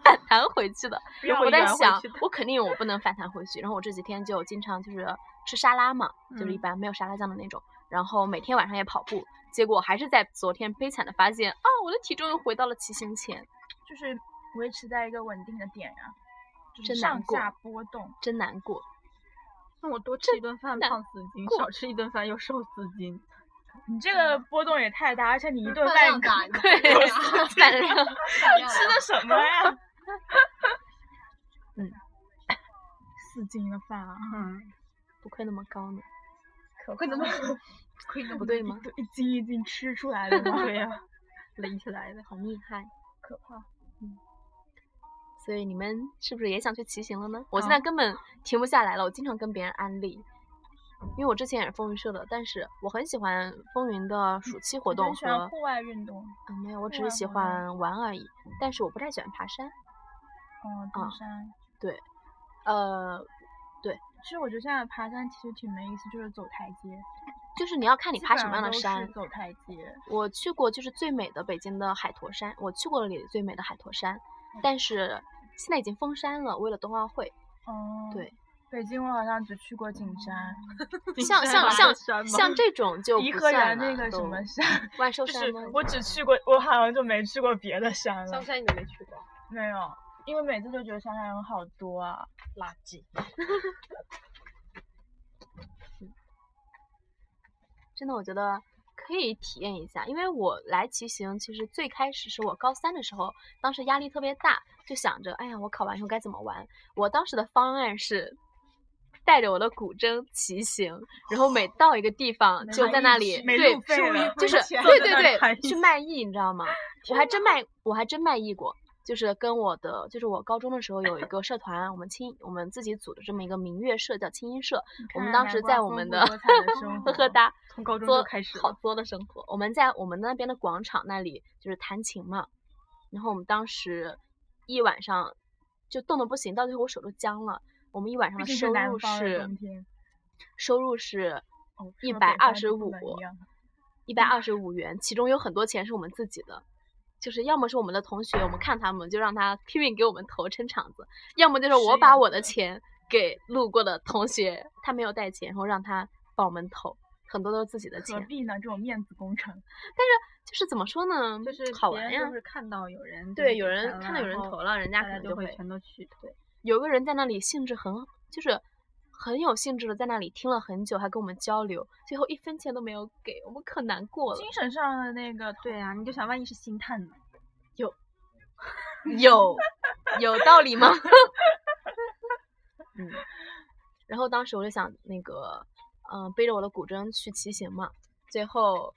Speaker 2: 反弹回去的。
Speaker 1: 不
Speaker 4: 要
Speaker 2: 我在
Speaker 4: 圆回
Speaker 2: 想
Speaker 4: 去的，
Speaker 2: 我肯定我不能反弹回去。然后我这几天就经常就是吃沙拉嘛，就是一
Speaker 4: 嗯
Speaker 2: 般没有沙拉酱的那种。然后每天晚上也跑步，结果还是在昨天悲惨的发现啊，我的体重又回到了骑行前，
Speaker 1: 就是维持在一个稳定的点呀、就是
Speaker 2: 真难
Speaker 1: 上
Speaker 2: 过
Speaker 1: 下波动。
Speaker 2: 真难过。
Speaker 4: 那我多吃一顿饭
Speaker 2: 难
Speaker 4: 胖四斤，
Speaker 2: 过
Speaker 4: 少吃一顿饭又瘦四斤。
Speaker 1: 你这个波动也太大，而且你一顿
Speaker 3: 饭
Speaker 1: 饭 [LAUGHS]
Speaker 3: 量大，你
Speaker 2: 对
Speaker 3: 对
Speaker 4: [LAUGHS]
Speaker 3: 呀，
Speaker 2: 反正
Speaker 3: 饭量
Speaker 1: 吃
Speaker 3: 大
Speaker 1: 的什么呀？
Speaker 2: 嗯，
Speaker 1: 四斤的饭啊，
Speaker 4: 嗯，
Speaker 2: 不亏那么高呢，
Speaker 1: 可不能 [LAUGHS]
Speaker 3: 亏那
Speaker 2: 不
Speaker 3: 么
Speaker 2: 对 [LAUGHS] 吗？
Speaker 1: 一斤一斤吃出来的吗？
Speaker 4: 对呀、垒起来的。
Speaker 2: 好厉害！
Speaker 1: [LAUGHS] 可怕。
Speaker 2: 所以你们是不是也想去骑行了呢？我现
Speaker 4: 啊
Speaker 2: 在
Speaker 1: 哦
Speaker 2: 根本停不下来了，我经常跟别人安利，因为我之前也是风云社的，但是我很喜欢风云的暑期活
Speaker 1: 嗯你
Speaker 2: 动
Speaker 1: 很喜欢啊
Speaker 2: 和
Speaker 1: 户外运动，
Speaker 2: 嗯，没有，我只
Speaker 1: 外
Speaker 2: 是喜
Speaker 1: 活动
Speaker 2: 欢玩而已，但是我不太喜欢爬山。
Speaker 1: 哦，
Speaker 2: 啊
Speaker 1: 登山。
Speaker 2: 呃，
Speaker 1: 其实我觉得现在爬山其实挺没意思，就是走台阶。
Speaker 2: 就是你要看你
Speaker 1: 基
Speaker 2: 爬
Speaker 1: 本
Speaker 2: 什么样
Speaker 1: 上都
Speaker 2: 的
Speaker 1: 是
Speaker 2: 山。
Speaker 1: 走台阶。
Speaker 2: 我去过就是最美的北京的海坨山，我去过了里最美的海坨山，
Speaker 1: 嗯
Speaker 2: 但是现在已经封山了，为了冬奥会。
Speaker 1: 哦，
Speaker 2: 对，
Speaker 1: 北京我好像只去过 [LAUGHS] 景山、
Speaker 2: 像像
Speaker 4: 爬
Speaker 2: 像
Speaker 4: 的山吗
Speaker 2: 像这种就
Speaker 1: 颐
Speaker 2: 不
Speaker 1: 和
Speaker 2: 算
Speaker 1: 园那
Speaker 2: 了
Speaker 1: 个什
Speaker 2: 都
Speaker 1: 么山，
Speaker 2: 万寿
Speaker 1: 就
Speaker 2: 山
Speaker 1: 是
Speaker 2: 吗？
Speaker 1: 我只去过，我好像就没去过别的山了
Speaker 3: 香。山你都没去过，
Speaker 1: 没有，因为每次都觉得香山人好多啊，垃圾。
Speaker 2: 真的，我觉得可以体验一下。因为我来骑行，其实最开始是我高三的时候，当时压力特别大，就想着，哎呀，我考完以后该怎么玩？我当时的方案是。带着我的古筝骑行，然后每到一个地方
Speaker 1: 哦没
Speaker 2: 就
Speaker 1: 卖
Speaker 2: 在
Speaker 1: 艺去
Speaker 2: 那里，
Speaker 1: 没
Speaker 2: 对
Speaker 1: 路，费了
Speaker 2: 就是
Speaker 3: 钱
Speaker 2: 对
Speaker 4: 在
Speaker 2: 对
Speaker 4: 那儿
Speaker 2: 对
Speaker 4: 看，
Speaker 2: 去卖艺，你知道吗？我还真卖，我还真卖艺过，就是跟我的，就是我高中的时候有一个社团，我们青我们自己组的这么一个民乐社，叫青音社。我们
Speaker 1: 看
Speaker 2: 当
Speaker 1: 南
Speaker 2: 时
Speaker 1: 瓜
Speaker 2: 在我
Speaker 1: 丰
Speaker 2: 们
Speaker 1: 富
Speaker 2: 的
Speaker 1: 多彩的生
Speaker 2: 呵呵
Speaker 1: 活
Speaker 2: 哒，
Speaker 4: 从高中
Speaker 2: 作
Speaker 4: 就开始
Speaker 2: 好
Speaker 4: 了。
Speaker 2: 作的生活。我们在我们那边的广场那里就是弹琴嘛，然后我们当时一晚上就冻得不行，到最后我手都僵了。我们一晚上
Speaker 1: 毕
Speaker 2: 的
Speaker 1: 竟
Speaker 2: 收
Speaker 1: 是南
Speaker 2: 入
Speaker 1: 方的
Speaker 2: 是
Speaker 1: 冬天
Speaker 2: 收入是
Speaker 1: 哦，
Speaker 2: 一
Speaker 1: 说
Speaker 2: 百
Speaker 1: 北
Speaker 2: 二
Speaker 1: 方
Speaker 2: 十
Speaker 1: 就不
Speaker 2: 五
Speaker 1: 能一样
Speaker 2: 一百二十五元，其中有很多钱是我们自己的，就是要么是我们的同学，我们看他们就让他拼命给我们投撑场子，要么就是我
Speaker 3: 是
Speaker 2: 把
Speaker 3: 呀
Speaker 2: 我的钱给路过的同学，他没有带钱，然后让他帮我们投，很多都是自己的钱
Speaker 1: 何，必呢？这种面子工程，
Speaker 2: 就是怎么说呢，
Speaker 4: 就是
Speaker 2: 好
Speaker 4: 别
Speaker 2: 玩
Speaker 4: 人
Speaker 2: 呀
Speaker 4: 就。是看到有人
Speaker 2: 对，
Speaker 4: 就是
Speaker 2: 有人
Speaker 4: 投
Speaker 2: 看
Speaker 4: 了
Speaker 2: 到有
Speaker 4: 然
Speaker 2: 人
Speaker 4: 后
Speaker 2: 投了，人家
Speaker 4: 大
Speaker 2: 可
Speaker 4: 家
Speaker 2: 能
Speaker 4: 就
Speaker 2: 会
Speaker 4: 会全都去对。
Speaker 2: 有个人在那里兴致很，就是很有兴致的在那里听了很久，还跟我们交流，最后一分钱都没有给，我们可难过了。
Speaker 4: 精神上的那个，对啊，你就想，万一是星探呢？
Speaker 3: [LAUGHS]
Speaker 2: 有有道理吗？ [LAUGHS] 嗯，然后当时我就想那个，嗯、背着我的古筝去骑行嘛，最后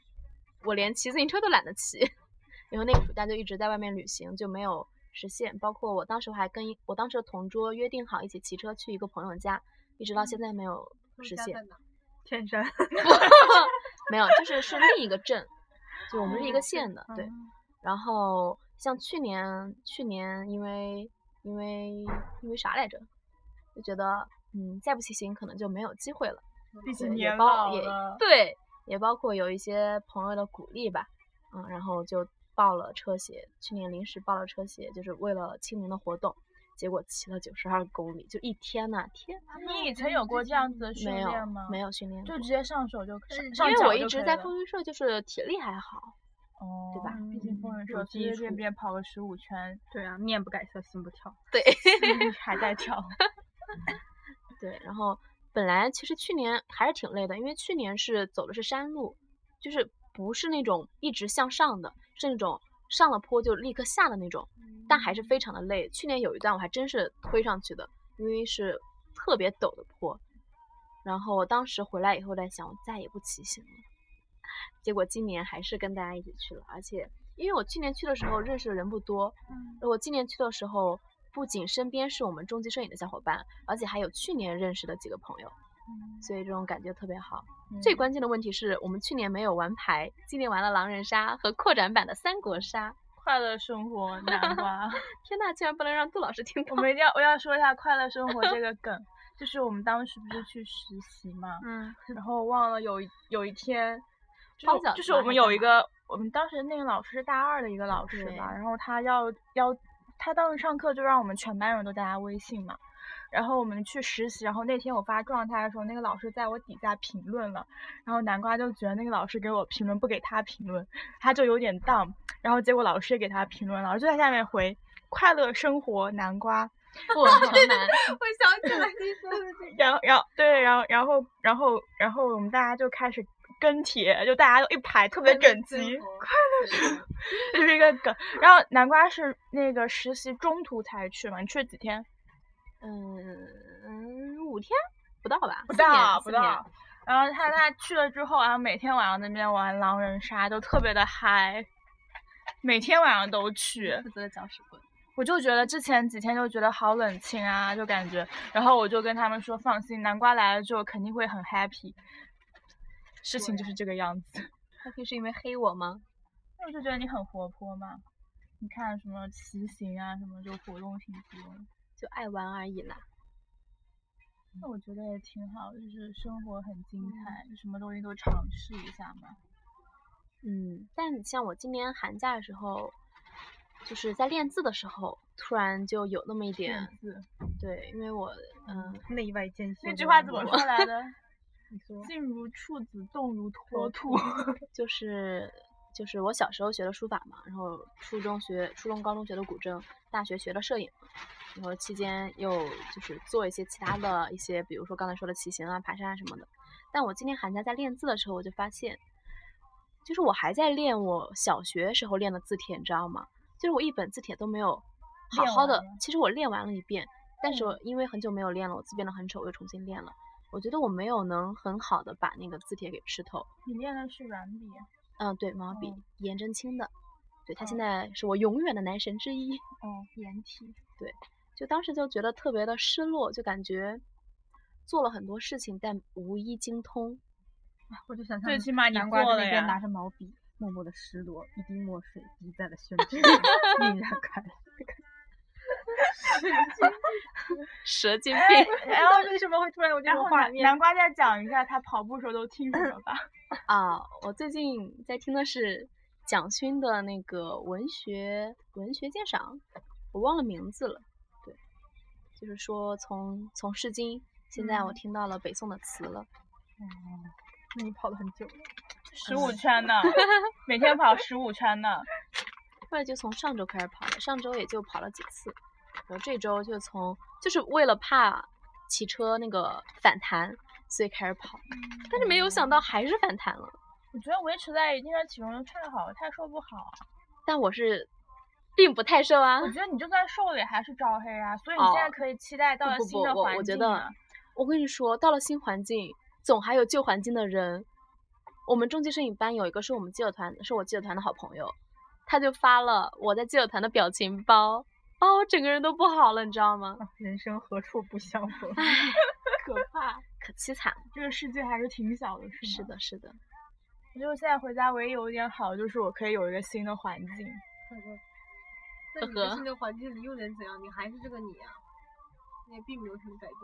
Speaker 2: 我连骑自行车都懒得骑，然后那个暑假就一直在外面旅行，就没有实现。包括我当时还跟一我当时的同桌约定好一起骑车去一个朋友家，一直到现在没有实
Speaker 3: 嗯家
Speaker 2: 现
Speaker 3: 在。哪？
Speaker 4: 天山，
Speaker 2: [LAUGHS] 没有，就是是另一个镇，就我们
Speaker 1: 嗯
Speaker 2: 是一个县的，对。然后像去年，去年因为因为因为啥来着，就觉得嗯，再不骑行可能就没有机会了。
Speaker 1: 毕
Speaker 2: 对，
Speaker 1: 竟
Speaker 2: 也
Speaker 1: 年
Speaker 2: 包
Speaker 1: 老
Speaker 2: 也
Speaker 1: 了，
Speaker 2: 对，也包括有一些朋友的鼓励吧，嗯，然后就报了车协，去年临时报了车协，就是为了清明的活动，结果骑了九十二公里，就一天呐、天，
Speaker 1: 你以前有过这样子的训
Speaker 2: 没有
Speaker 1: 练吗？
Speaker 2: 没有训练过，
Speaker 1: 就直接上手就
Speaker 3: 但是
Speaker 1: 上，上
Speaker 2: 因为
Speaker 1: 脚
Speaker 2: 我一
Speaker 1: 就
Speaker 2: 直
Speaker 1: 可以
Speaker 2: 在
Speaker 1: 了
Speaker 2: 风云社，就是体力还好，
Speaker 1: [LAUGHS] 哦，
Speaker 2: 对吧
Speaker 1: 毕竟风云社
Speaker 4: 有
Speaker 1: 随随
Speaker 4: 基
Speaker 1: 便
Speaker 4: 础
Speaker 1: 便跑个十五圈，
Speaker 4: 对啊，面不改色心不跳。
Speaker 2: 对。
Speaker 1: 心嗯还在跳。 [LAUGHS]
Speaker 2: 对，然后本来其实去年还是挺累的，因为去年是走的是山路，就是不是那种一直向上的，是那种上了坡就立刻下的那种，但还是非常的累。去年有一段我还真是推上去的，因为是特别陡的坡，然后我当时回来以后在想，我再也不骑行了。结果今年还是跟大家一起去了，而且因为我去年去的时候认识的人不多，
Speaker 3: 嗯
Speaker 2: 我今年去的时候，不仅身边是我们终极摄影的小伙伴，而且还有去年认识的几个朋友，所以这种感觉特别好。
Speaker 3: 嗯
Speaker 2: 最关键的问题是我们去年没有玩牌，今年玩了狼人杀和扩展版的三国杀。
Speaker 1: 快乐生活南瓜，
Speaker 2: 天呐，竟然不能让杜老师听
Speaker 1: [LAUGHS] 我
Speaker 2: 到！
Speaker 1: 们一定要我要说一下快乐生活这个梗，就是我们当时不是去实习嘛，
Speaker 4: 嗯，
Speaker 1: 然后忘了有一有一天，
Speaker 2: 包
Speaker 1: 就是
Speaker 2: 饺
Speaker 1: 就
Speaker 2: 子
Speaker 1: 是
Speaker 2: 吗
Speaker 1: 我
Speaker 2: 还
Speaker 1: 们
Speaker 2: 是
Speaker 1: 有
Speaker 2: 干
Speaker 1: 一
Speaker 2: 嘛
Speaker 1: 个我们当时那个老师是大二的一个老师吧，
Speaker 2: 对
Speaker 1: 然后他要要他当时上课就让我们全班人都加他微信嘛。然后我们去实习，然后那天我发状态的时候，那个老师在我底下评论了，然后南瓜就觉得那个老师给我评论不给他评论，他就有点 down，然后结果老师也给他评论了，老师就在下面回快乐生活南瓜，
Speaker 2: 我 [LAUGHS] 城南，
Speaker 3: 我想起来你说的
Speaker 4: [LAUGHS]
Speaker 3: 这
Speaker 1: 然后，然后对，然后，然后，然后，然后我们大家就开始跟帖，就大家都一排特别整齐，
Speaker 3: 快乐
Speaker 1: 就是一个梗。然后南瓜是那个实习中途才去嘛，你去了几天？
Speaker 2: 嗯，五天不到吧？
Speaker 1: 不
Speaker 2: 四天
Speaker 1: 到，不。
Speaker 2: 四天
Speaker 1: 到。然后他他去了之后，然后每天晚上在那边玩狼人杀，都特别的嗨，每天晚上都去。
Speaker 4: 负责搅屎棍。
Speaker 1: 我就觉得之前几天就觉得好冷清啊，就感觉，然后我就跟他们说放心，南瓜来了之后肯定会很 happy。事情就是这个样子。
Speaker 2: 他可以是因为黑我吗？
Speaker 1: 我就觉得你很活泼嘛。你看什么骑行啊，什么就活动挺多的。
Speaker 2: 就爱玩而已啦。
Speaker 1: 那我觉得也挺好，就是生活很精彩，什么东西都尝试一下嘛。
Speaker 2: 嗯，但你像我今年寒假的时候，就是在练字的时候，突然就有那么一点
Speaker 1: 练字，
Speaker 2: 对，因为我嗯，
Speaker 4: 内外兼修。
Speaker 1: 那句话怎么？说 [LAUGHS] 来的？
Speaker 4: 你说。
Speaker 1: 静如处子，动如脱兔。 [LAUGHS]
Speaker 2: 就是就是我小时候学的书法嘛，然后初中学、初中、高中学的古筝，大学学的摄影，然后期间又就是做一些其他的一些，比如说刚才说的骑行啊、爬山啊什么的。但我今年寒假在练字的时候，我就发现，就是我还在练我小学时候练的字帖，你知道吗？就是我一本字帖都没有好
Speaker 1: 练
Speaker 2: 好
Speaker 1: 完嗯
Speaker 2: 的，其实我练完了一遍，但是我因为很久没有练了，我字变得很丑，我又重新练了。我觉得我没有能很好的把那个字帖给吃透，
Speaker 1: 你练的是软笔，啊
Speaker 2: 嗯，对，毛笔
Speaker 1: 哦，
Speaker 2: 颜真卿的，对他现
Speaker 1: 哦
Speaker 2: 在是我永远的男神之一。 [LAUGHS]
Speaker 1: 哦，颜体。
Speaker 2: 就当时就觉得特别的失落，就感觉做了很多事情，但无一精通。
Speaker 4: 我就想象
Speaker 1: 最起码你
Speaker 4: 南瓜
Speaker 1: 过
Speaker 4: 在
Speaker 1: 了
Speaker 4: 那边
Speaker 1: 呀
Speaker 4: 拿着毛笔，默默的失落，一滴墨水滴在了宣
Speaker 1: [LAUGHS]
Speaker 4: 纸上，令人感
Speaker 2: 蛇
Speaker 1: [LAUGHS]
Speaker 2: 精
Speaker 1: 哎
Speaker 2: [LAUGHS] 病
Speaker 1: 然后为什么会突然有这
Speaker 4: 然
Speaker 1: 种
Speaker 4: 后
Speaker 1: 画
Speaker 4: 南
Speaker 1: 面？南瓜再 [LAUGHS] 讲一下他跑步时候都听什么吧。
Speaker 2: 啊！我最近在听的是蒋勋的那个文学文学鉴赏，我忘了名字了。对，就是说从从《诗经》，现在我
Speaker 1: 嗯
Speaker 2: 听到了北宋的词了。
Speaker 4: 那你跑了很久了，
Speaker 1: 十五圈呢，每天跑十五圈 [LAUGHS] 呢。
Speaker 2: 后来就从上周开始跑了，上周也就跑了几次，然后这周就从就是为了怕骑车那个反弹，所以开始跑，但是没有想到还是反弹了。
Speaker 1: 我觉得维持在一定的体重就太好了，太瘦不好。
Speaker 2: 但我是并不太瘦啊
Speaker 1: 我，觉得你就算瘦了，也还是招黑啊。所以你现在
Speaker 2: 哦
Speaker 1: 可以期待 [LAUGHS] 到了
Speaker 2: 不不
Speaker 1: 新
Speaker 2: 不
Speaker 1: 的
Speaker 2: 我
Speaker 1: 环境、啊
Speaker 2: 我觉得我跟你说，到了新环境，总还有旧环境的人。我们中级摄影班有一个是我们基友团，是我基友团的好朋友，他就发了我在基友团的表情包，哦，我整个人都不好了，你知道吗？
Speaker 4: 啊人生何处不相逢？
Speaker 1: [LAUGHS]
Speaker 2: 可怕，可凄惨了。
Speaker 1: 这个世界还是挺小的，是吗？
Speaker 2: 是。的，是的，
Speaker 1: 我觉得我现在回家唯一有一点好，就是我可以有一个新的环境。
Speaker 3: 在你的
Speaker 2: 呵
Speaker 3: 新的环境里又能怎样？你还是这个你啊，你也并没有什么改变。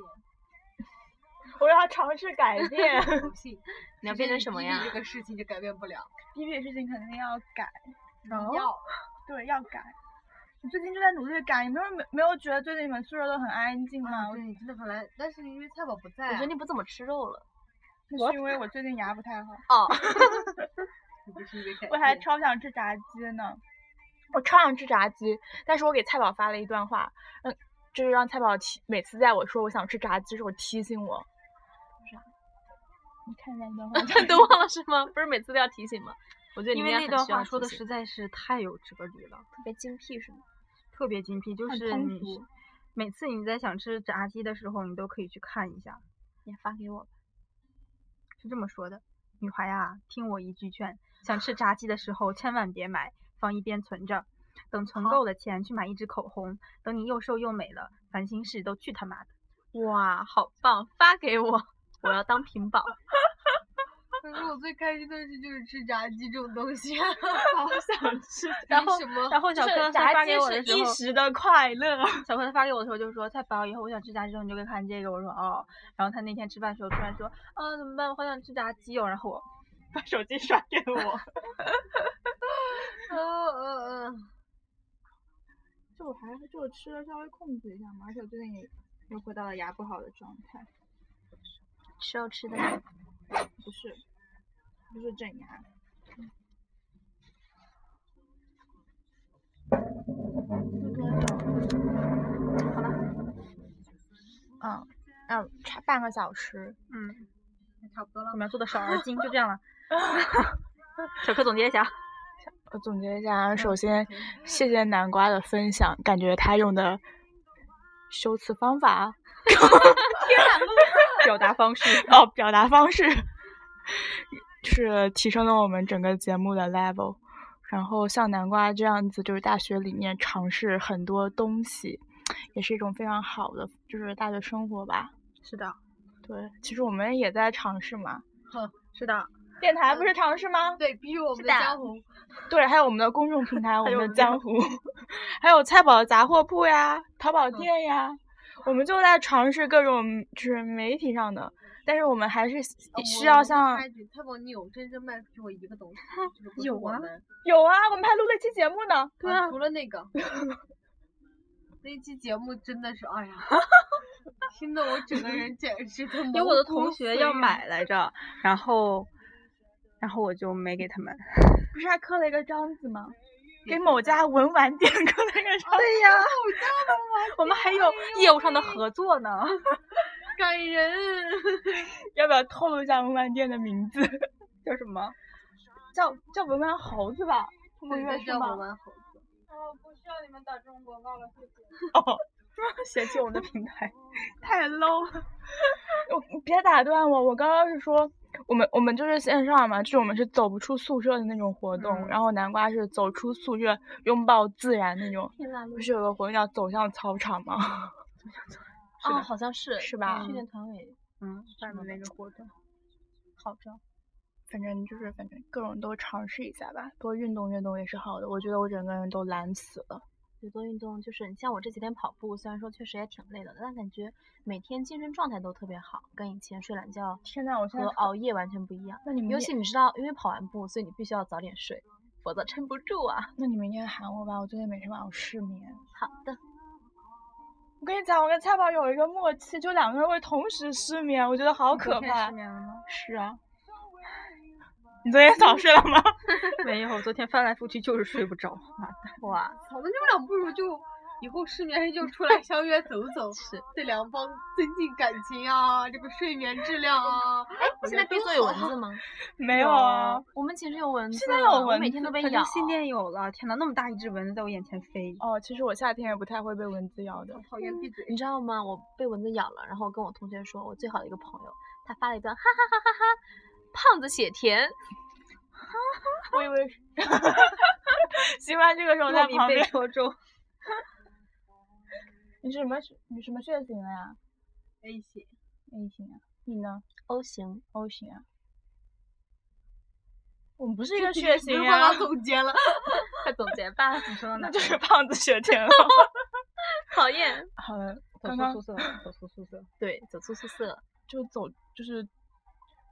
Speaker 1: 我要尝试改变， [LAUGHS]
Speaker 3: 不信，
Speaker 2: [LAUGHS] 你要变
Speaker 3: 首先
Speaker 2: 成什么
Speaker 3: 第一
Speaker 2: 呀
Speaker 3: 这个事情就改变不了。
Speaker 1: 第一件事情肯定要改，
Speaker 4: 哦
Speaker 1: 然后
Speaker 3: 要
Speaker 1: 对要改。你最近就在努力地改，你没有没没有觉得最近你们宿舍都很安
Speaker 4: 嗯
Speaker 1: 静吗？
Speaker 3: 啊，对你真的本来，但是因为菜宝不在
Speaker 2: 我
Speaker 3: 啊，
Speaker 2: 觉得你不怎么吃肉了。
Speaker 1: 那是因为我最近牙不太好，
Speaker 2: [LAUGHS] 哦，
Speaker 3: 你就是因为改
Speaker 1: [LAUGHS] 我还
Speaker 3: 变
Speaker 1: 超想吃炸鸡呢。我超想吃炸鸡，但是我给菜宝发了一段话，嗯，就是让菜宝提，每次在我说我想吃炸鸡的时候提醒我。啊你看一下那段话 [LAUGHS] 叫什
Speaker 2: 都
Speaker 1: 么，
Speaker 2: 忘了是吗？不是每次都要提醒吗？我觉得你
Speaker 4: 因
Speaker 2: 应
Speaker 4: 为那
Speaker 2: 该很
Speaker 4: 段
Speaker 2: 需要
Speaker 4: 话说
Speaker 2: 提
Speaker 4: 的
Speaker 2: 醒
Speaker 4: 实在是太有哲理了，
Speaker 2: 特别精辟是吗？
Speaker 4: 特别精辟。就
Speaker 1: 很
Speaker 4: 是
Speaker 1: 通
Speaker 4: 你
Speaker 1: 俗
Speaker 4: 每次你在想吃炸鸡的时候，你都可以去看一下。
Speaker 2: 你发给我吧。
Speaker 4: 是这么说的：女孩啊，听我一句劝，想吃炸鸡的时候千万别买，放一边存着，等存够了钱去买一支口红，等你又瘦又美了，烦心事都去他妈的。
Speaker 2: 哇，好棒！发给我，我要当屏保。
Speaker 3: 可是我最开心的事就是吃炸鸡这种东西， [LAUGHS]
Speaker 2: 好想吃。
Speaker 4: 然
Speaker 3: 然
Speaker 4: 后
Speaker 3: 什么
Speaker 4: 然后小
Speaker 1: 就是
Speaker 4: 柯他
Speaker 1: 炸
Speaker 4: 发
Speaker 1: 鸡
Speaker 4: 给我的
Speaker 1: 是
Speaker 4: 时
Speaker 1: 一
Speaker 4: 候，
Speaker 1: 时的快乐。 [LAUGHS]
Speaker 4: 小柯他发给我的时候就说：“菜宝，以后我想吃炸鸡的时候你就给看这个。”我说：“哦。”然后他那天吃饭的时候突然说：“啊，怎么办？我好想吃炸鸡哦。”然后我
Speaker 1: 把手机甩给我。
Speaker 3: 呃呃呃，
Speaker 1: [LAUGHS] 就我还是就吃的稍微控制一下嘛，而且我最近也又回到了牙不好的状态，
Speaker 2: 吃肉吃的吗？
Speaker 1: 不是，不是正牙。嗯，嗯，差半个小时。
Speaker 4: 嗯，
Speaker 3: 差不多
Speaker 4: 我
Speaker 3: 了。
Speaker 4: 们要做的少而精，就这样了。小柯总结一
Speaker 2: [LAUGHS]
Speaker 4: 下，
Speaker 1: 我总结一下，啊首先谢谢南瓜的分享，感觉他用的修辞方法
Speaker 2: [LAUGHS]
Speaker 4: 表达方式。
Speaker 1: 哦，表达方式，就是提升了我们整个节目的 level。然后像南瓜这样子，就是大学里面尝试很多东西，也是一种非常好的，就是大学生活吧。
Speaker 4: 是的，
Speaker 1: 对，其实我们也在尝试嘛。
Speaker 4: 是的，
Speaker 1: 电台不是尝试吗？
Speaker 3: 对，比我们
Speaker 2: 是
Speaker 3: 的
Speaker 2: 的
Speaker 3: 江湖，呃
Speaker 1: 对，还有我们的公众平台，我
Speaker 4: 还有我们
Speaker 1: 们的
Speaker 4: 的
Speaker 1: 江湖， [LAUGHS] 还有菜宝的杂货铺呀、淘宝店呀，我们就在尝试各种就是媒体上的，但是我们还是
Speaker 3: 呃
Speaker 1: 需
Speaker 3: 我
Speaker 1: 要
Speaker 3: 们
Speaker 1: 像
Speaker 3: 插一句蔡宝，你有真正卖出去过一个东西，就是不是
Speaker 4: 有
Speaker 3: 我
Speaker 4: 啊
Speaker 3: 们
Speaker 1: 有啊，我们还录了一期节目呢。
Speaker 4: 对啊
Speaker 3: 除了那个，那期节目真的是，哎
Speaker 4: [LAUGHS]
Speaker 3: 呀，听得我整个人简直都
Speaker 1: 嗯
Speaker 4: 有我的
Speaker 3: 毛骨
Speaker 4: 同学
Speaker 1: 啊
Speaker 3: 悚
Speaker 4: 要
Speaker 3: 然，
Speaker 4: 买来着，然后，然后我就没给他们。 [LAUGHS] 嗯
Speaker 1: 不是还刻了一个章子吗？
Speaker 3: 也
Speaker 1: 给
Speaker 3: 是
Speaker 1: 某家文玩店刻了一个章。哎对呀、
Speaker 4: 我们还有业务上的合作呢。
Speaker 3: 感
Speaker 4: [LAUGHS]
Speaker 3: 人。
Speaker 1: 要不要透露一下文玩店的名字？ [LAUGHS]
Speaker 4: 叫什么？
Speaker 1: 叫叫文玩猴子吧？不
Speaker 3: 对，
Speaker 1: 应该
Speaker 3: 那
Speaker 1: 是
Speaker 3: 叫
Speaker 1: 吗
Speaker 3: 我玩猴子。
Speaker 1: 哦， [LAUGHS] 嫌弃我们的平台太 low 了。我别打断我，我刚刚是说我们我们就是线上嘛，就是我们是走不出宿舍的那种活动，
Speaker 4: 嗯
Speaker 1: 然后南瓜是走出宿舍拥抱自然那种。
Speaker 2: 天呐，
Speaker 1: 不是有个活动叫走向操场吗？ [LAUGHS]
Speaker 4: 是
Speaker 2: 哦，
Speaker 4: 的
Speaker 2: 好像是
Speaker 1: 是吧
Speaker 2: 去年团委
Speaker 4: 嗯，
Speaker 2: 办的那
Speaker 4: 个活动。
Speaker 2: 号召。
Speaker 1: 反正就是反正各种都尝试一下吧，多运动运动也是好的。我觉得我整个人都懒死了。
Speaker 2: 有多运动就是你像我这几天跑步，虽然说确实也挺累的，但感觉每天精神状态都特别好，跟以前睡懒觉
Speaker 1: 天呐，我现
Speaker 2: 和
Speaker 1: 在
Speaker 2: 熬夜完全不一样。
Speaker 1: 那你们
Speaker 2: 尤
Speaker 1: 也
Speaker 2: 其你知道，因为跑完步，所以你必须要早点睡。否则撑不住啊。
Speaker 1: 那你明天喊我吧，我最近每天晚上失眠。
Speaker 2: 好的，
Speaker 1: 我跟你讲，我跟菜宝有一个默契，就两个人会同时失眠，我觉得好
Speaker 4: 你昨
Speaker 1: 可
Speaker 4: 天
Speaker 1: 怕
Speaker 4: 失。眠了吗？
Speaker 1: 是啊。你昨天早睡了吗？ [LAUGHS]
Speaker 4: 没有，我昨天翻来覆去就是睡不着。妈的
Speaker 2: 哇，
Speaker 3: 我们你们俩不如就以后失眠人就出来相约走走，
Speaker 2: 是
Speaker 3: 对两方增进感情啊，这个睡眠质量啊。
Speaker 2: [LAUGHS]
Speaker 3: 我
Speaker 2: 现
Speaker 3: 觉
Speaker 2: 在
Speaker 3: 得
Speaker 2: 冰
Speaker 3: 都
Speaker 2: store有
Speaker 3: 好
Speaker 2: 蚊子吗？
Speaker 1: 没有啊。，
Speaker 2: 哦我们寝室有蚊子，
Speaker 1: 现在有
Speaker 2: 我每
Speaker 1: 蚊
Speaker 2: 天都
Speaker 1: 子
Speaker 2: 被
Speaker 4: 反
Speaker 2: 咬
Speaker 4: 正。新店有了，天呐，那么大一只蚊子在我眼前飞。
Speaker 1: 哦，其实我夏天也不太会被蚊子咬的。
Speaker 3: 讨厌闭嘴。
Speaker 2: 你知道吗？我被蚊子咬了，然后我跟我同学说，我最好的一个朋友，他发了一段哈哈哈哈哈，胖子写甜，
Speaker 1: 我以为 [LAUGHS] 是。喜欢这个时候在
Speaker 4: 莫名
Speaker 1: 旁
Speaker 4: 被
Speaker 1: 边。
Speaker 4: 戳中。
Speaker 1: 你是什么血你什么血型的呀
Speaker 3: 危险。
Speaker 1: ？A 型啊。你呢
Speaker 2: O 型，
Speaker 1: ？O 型啊。我们不是一个血
Speaker 3: 不
Speaker 1: 型
Speaker 3: [LAUGHS] 用帮
Speaker 1: 啊
Speaker 3: 他，总结了，
Speaker 2: [LAUGHS] 快总结吧， [LAUGHS]
Speaker 4: 你说到哪
Speaker 1: 那
Speaker 4: 儿
Speaker 1: 就
Speaker 4: 了？
Speaker 1: 是胖子血甜了。 [LAUGHS]
Speaker 2: 讨厌。
Speaker 1: 好了，
Speaker 4: 走
Speaker 1: 刚
Speaker 4: 出
Speaker 1: 刚
Speaker 4: 宿舍了，走出宿舍。
Speaker 2: 对，走出宿 [LAUGHS] 舍，
Speaker 1: 就走就是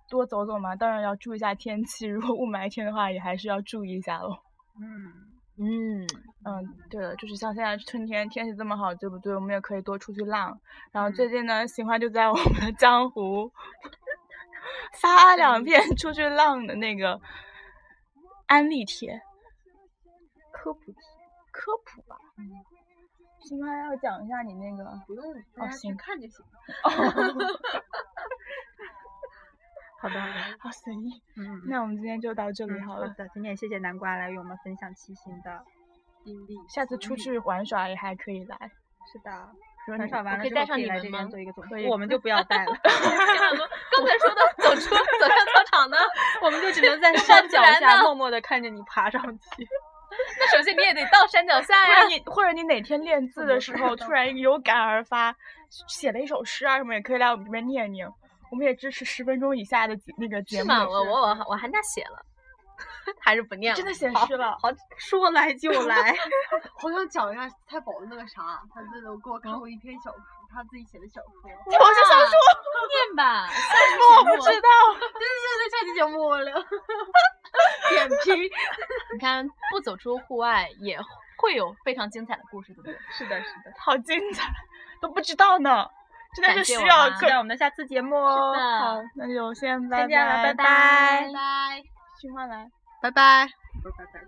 Speaker 1: 多走走嘛，当然要注意一下天气，如果雾霾天的话，也还是要注意一下哦喽。
Speaker 4: 嗯，
Speaker 2: 嗯，
Speaker 1: 嗯，对了，就是像现在春天天气这么好，对不对？我们也可以多出去浪。然后最近呢，邢欢就在我们的江湖 [LAUGHS] 发了两遍出去浪的那个安利贴、
Speaker 4: 科普题。
Speaker 1: 科普吧。邢欢要讲一下你那个
Speaker 3: 不用大家去
Speaker 1: 行
Speaker 3: 看就行了。
Speaker 4: [LAUGHS] 好的，好的。
Speaker 1: 好随意。
Speaker 4: 嗯，
Speaker 1: 那我们今天就到这里
Speaker 4: 嗯
Speaker 1: 好
Speaker 4: 好
Speaker 1: 了。
Speaker 4: 的，今天也谢谢南瓜来与我们分享骑行的。
Speaker 3: 经历
Speaker 1: 下次出去玩耍也还可以来。
Speaker 4: 是的，
Speaker 1: 如果
Speaker 4: 玩
Speaker 1: 你
Speaker 4: 耍完
Speaker 2: 我
Speaker 4: 了
Speaker 2: 可以
Speaker 4: 之
Speaker 2: 带
Speaker 4: 后
Speaker 2: 上
Speaker 4: 可以
Speaker 2: 你
Speaker 4: 来
Speaker 2: 们
Speaker 4: 这
Speaker 2: 吗
Speaker 4: 边做一个总
Speaker 1: 可
Speaker 4: 结，
Speaker 1: 以
Speaker 4: 我们就不要带了，
Speaker 2: 刚才说的走出走上操场呢，
Speaker 4: 我们就只能在山
Speaker 2: 不 [LAUGHS]
Speaker 4: 脚
Speaker 2: 然
Speaker 4: 下
Speaker 2: 呢
Speaker 4: 默默的看着你爬上去。
Speaker 2: 那首先你也得到山脚
Speaker 4: 哎
Speaker 2: 下
Speaker 1: 或者
Speaker 2: 呀。
Speaker 1: 你或者你哪天练字的时候突然有感而发，写了一首诗啊什么，也可以来我们这边念念。我们也支持十分钟以下的节那个节
Speaker 2: 是
Speaker 1: 目。
Speaker 2: 吗？我我我我寒假写了，还是不念
Speaker 4: [LAUGHS]
Speaker 2: 了。
Speaker 1: 真的写
Speaker 2: 好
Speaker 1: 诗了，
Speaker 2: 好
Speaker 4: 说来
Speaker 1: [LAUGHS]
Speaker 4: 就来，
Speaker 3: 好想讲一下太保的那个啥，他真的给我看过一篇小说，他自己写的小说。
Speaker 1: 我就想说，
Speaker 2: 念啊 [LAUGHS] 吧。
Speaker 1: 我
Speaker 4: [LAUGHS]
Speaker 1: 不知道。
Speaker 3: 对对对，下期节目 [LAUGHS] 我聊点 [LAUGHS] 评。
Speaker 2: 你看，不走出户外也会有非常精彩的故事，对不对？
Speaker 4: 是的，是的。
Speaker 1: 好精彩，都不知道呢，真的
Speaker 2: 感
Speaker 1: 是
Speaker 2: 谢
Speaker 1: 需
Speaker 2: 我
Speaker 1: 要
Speaker 2: 妈
Speaker 4: 期
Speaker 1: 可
Speaker 4: 待我们的下次节目哦。
Speaker 2: 是的
Speaker 1: 好，那就先拜
Speaker 4: 先这样了拜
Speaker 1: 拜
Speaker 4: 拜
Speaker 3: 拜
Speaker 1: 喜欢来。
Speaker 3: 拜拜。
Speaker 4: 不是拜拜。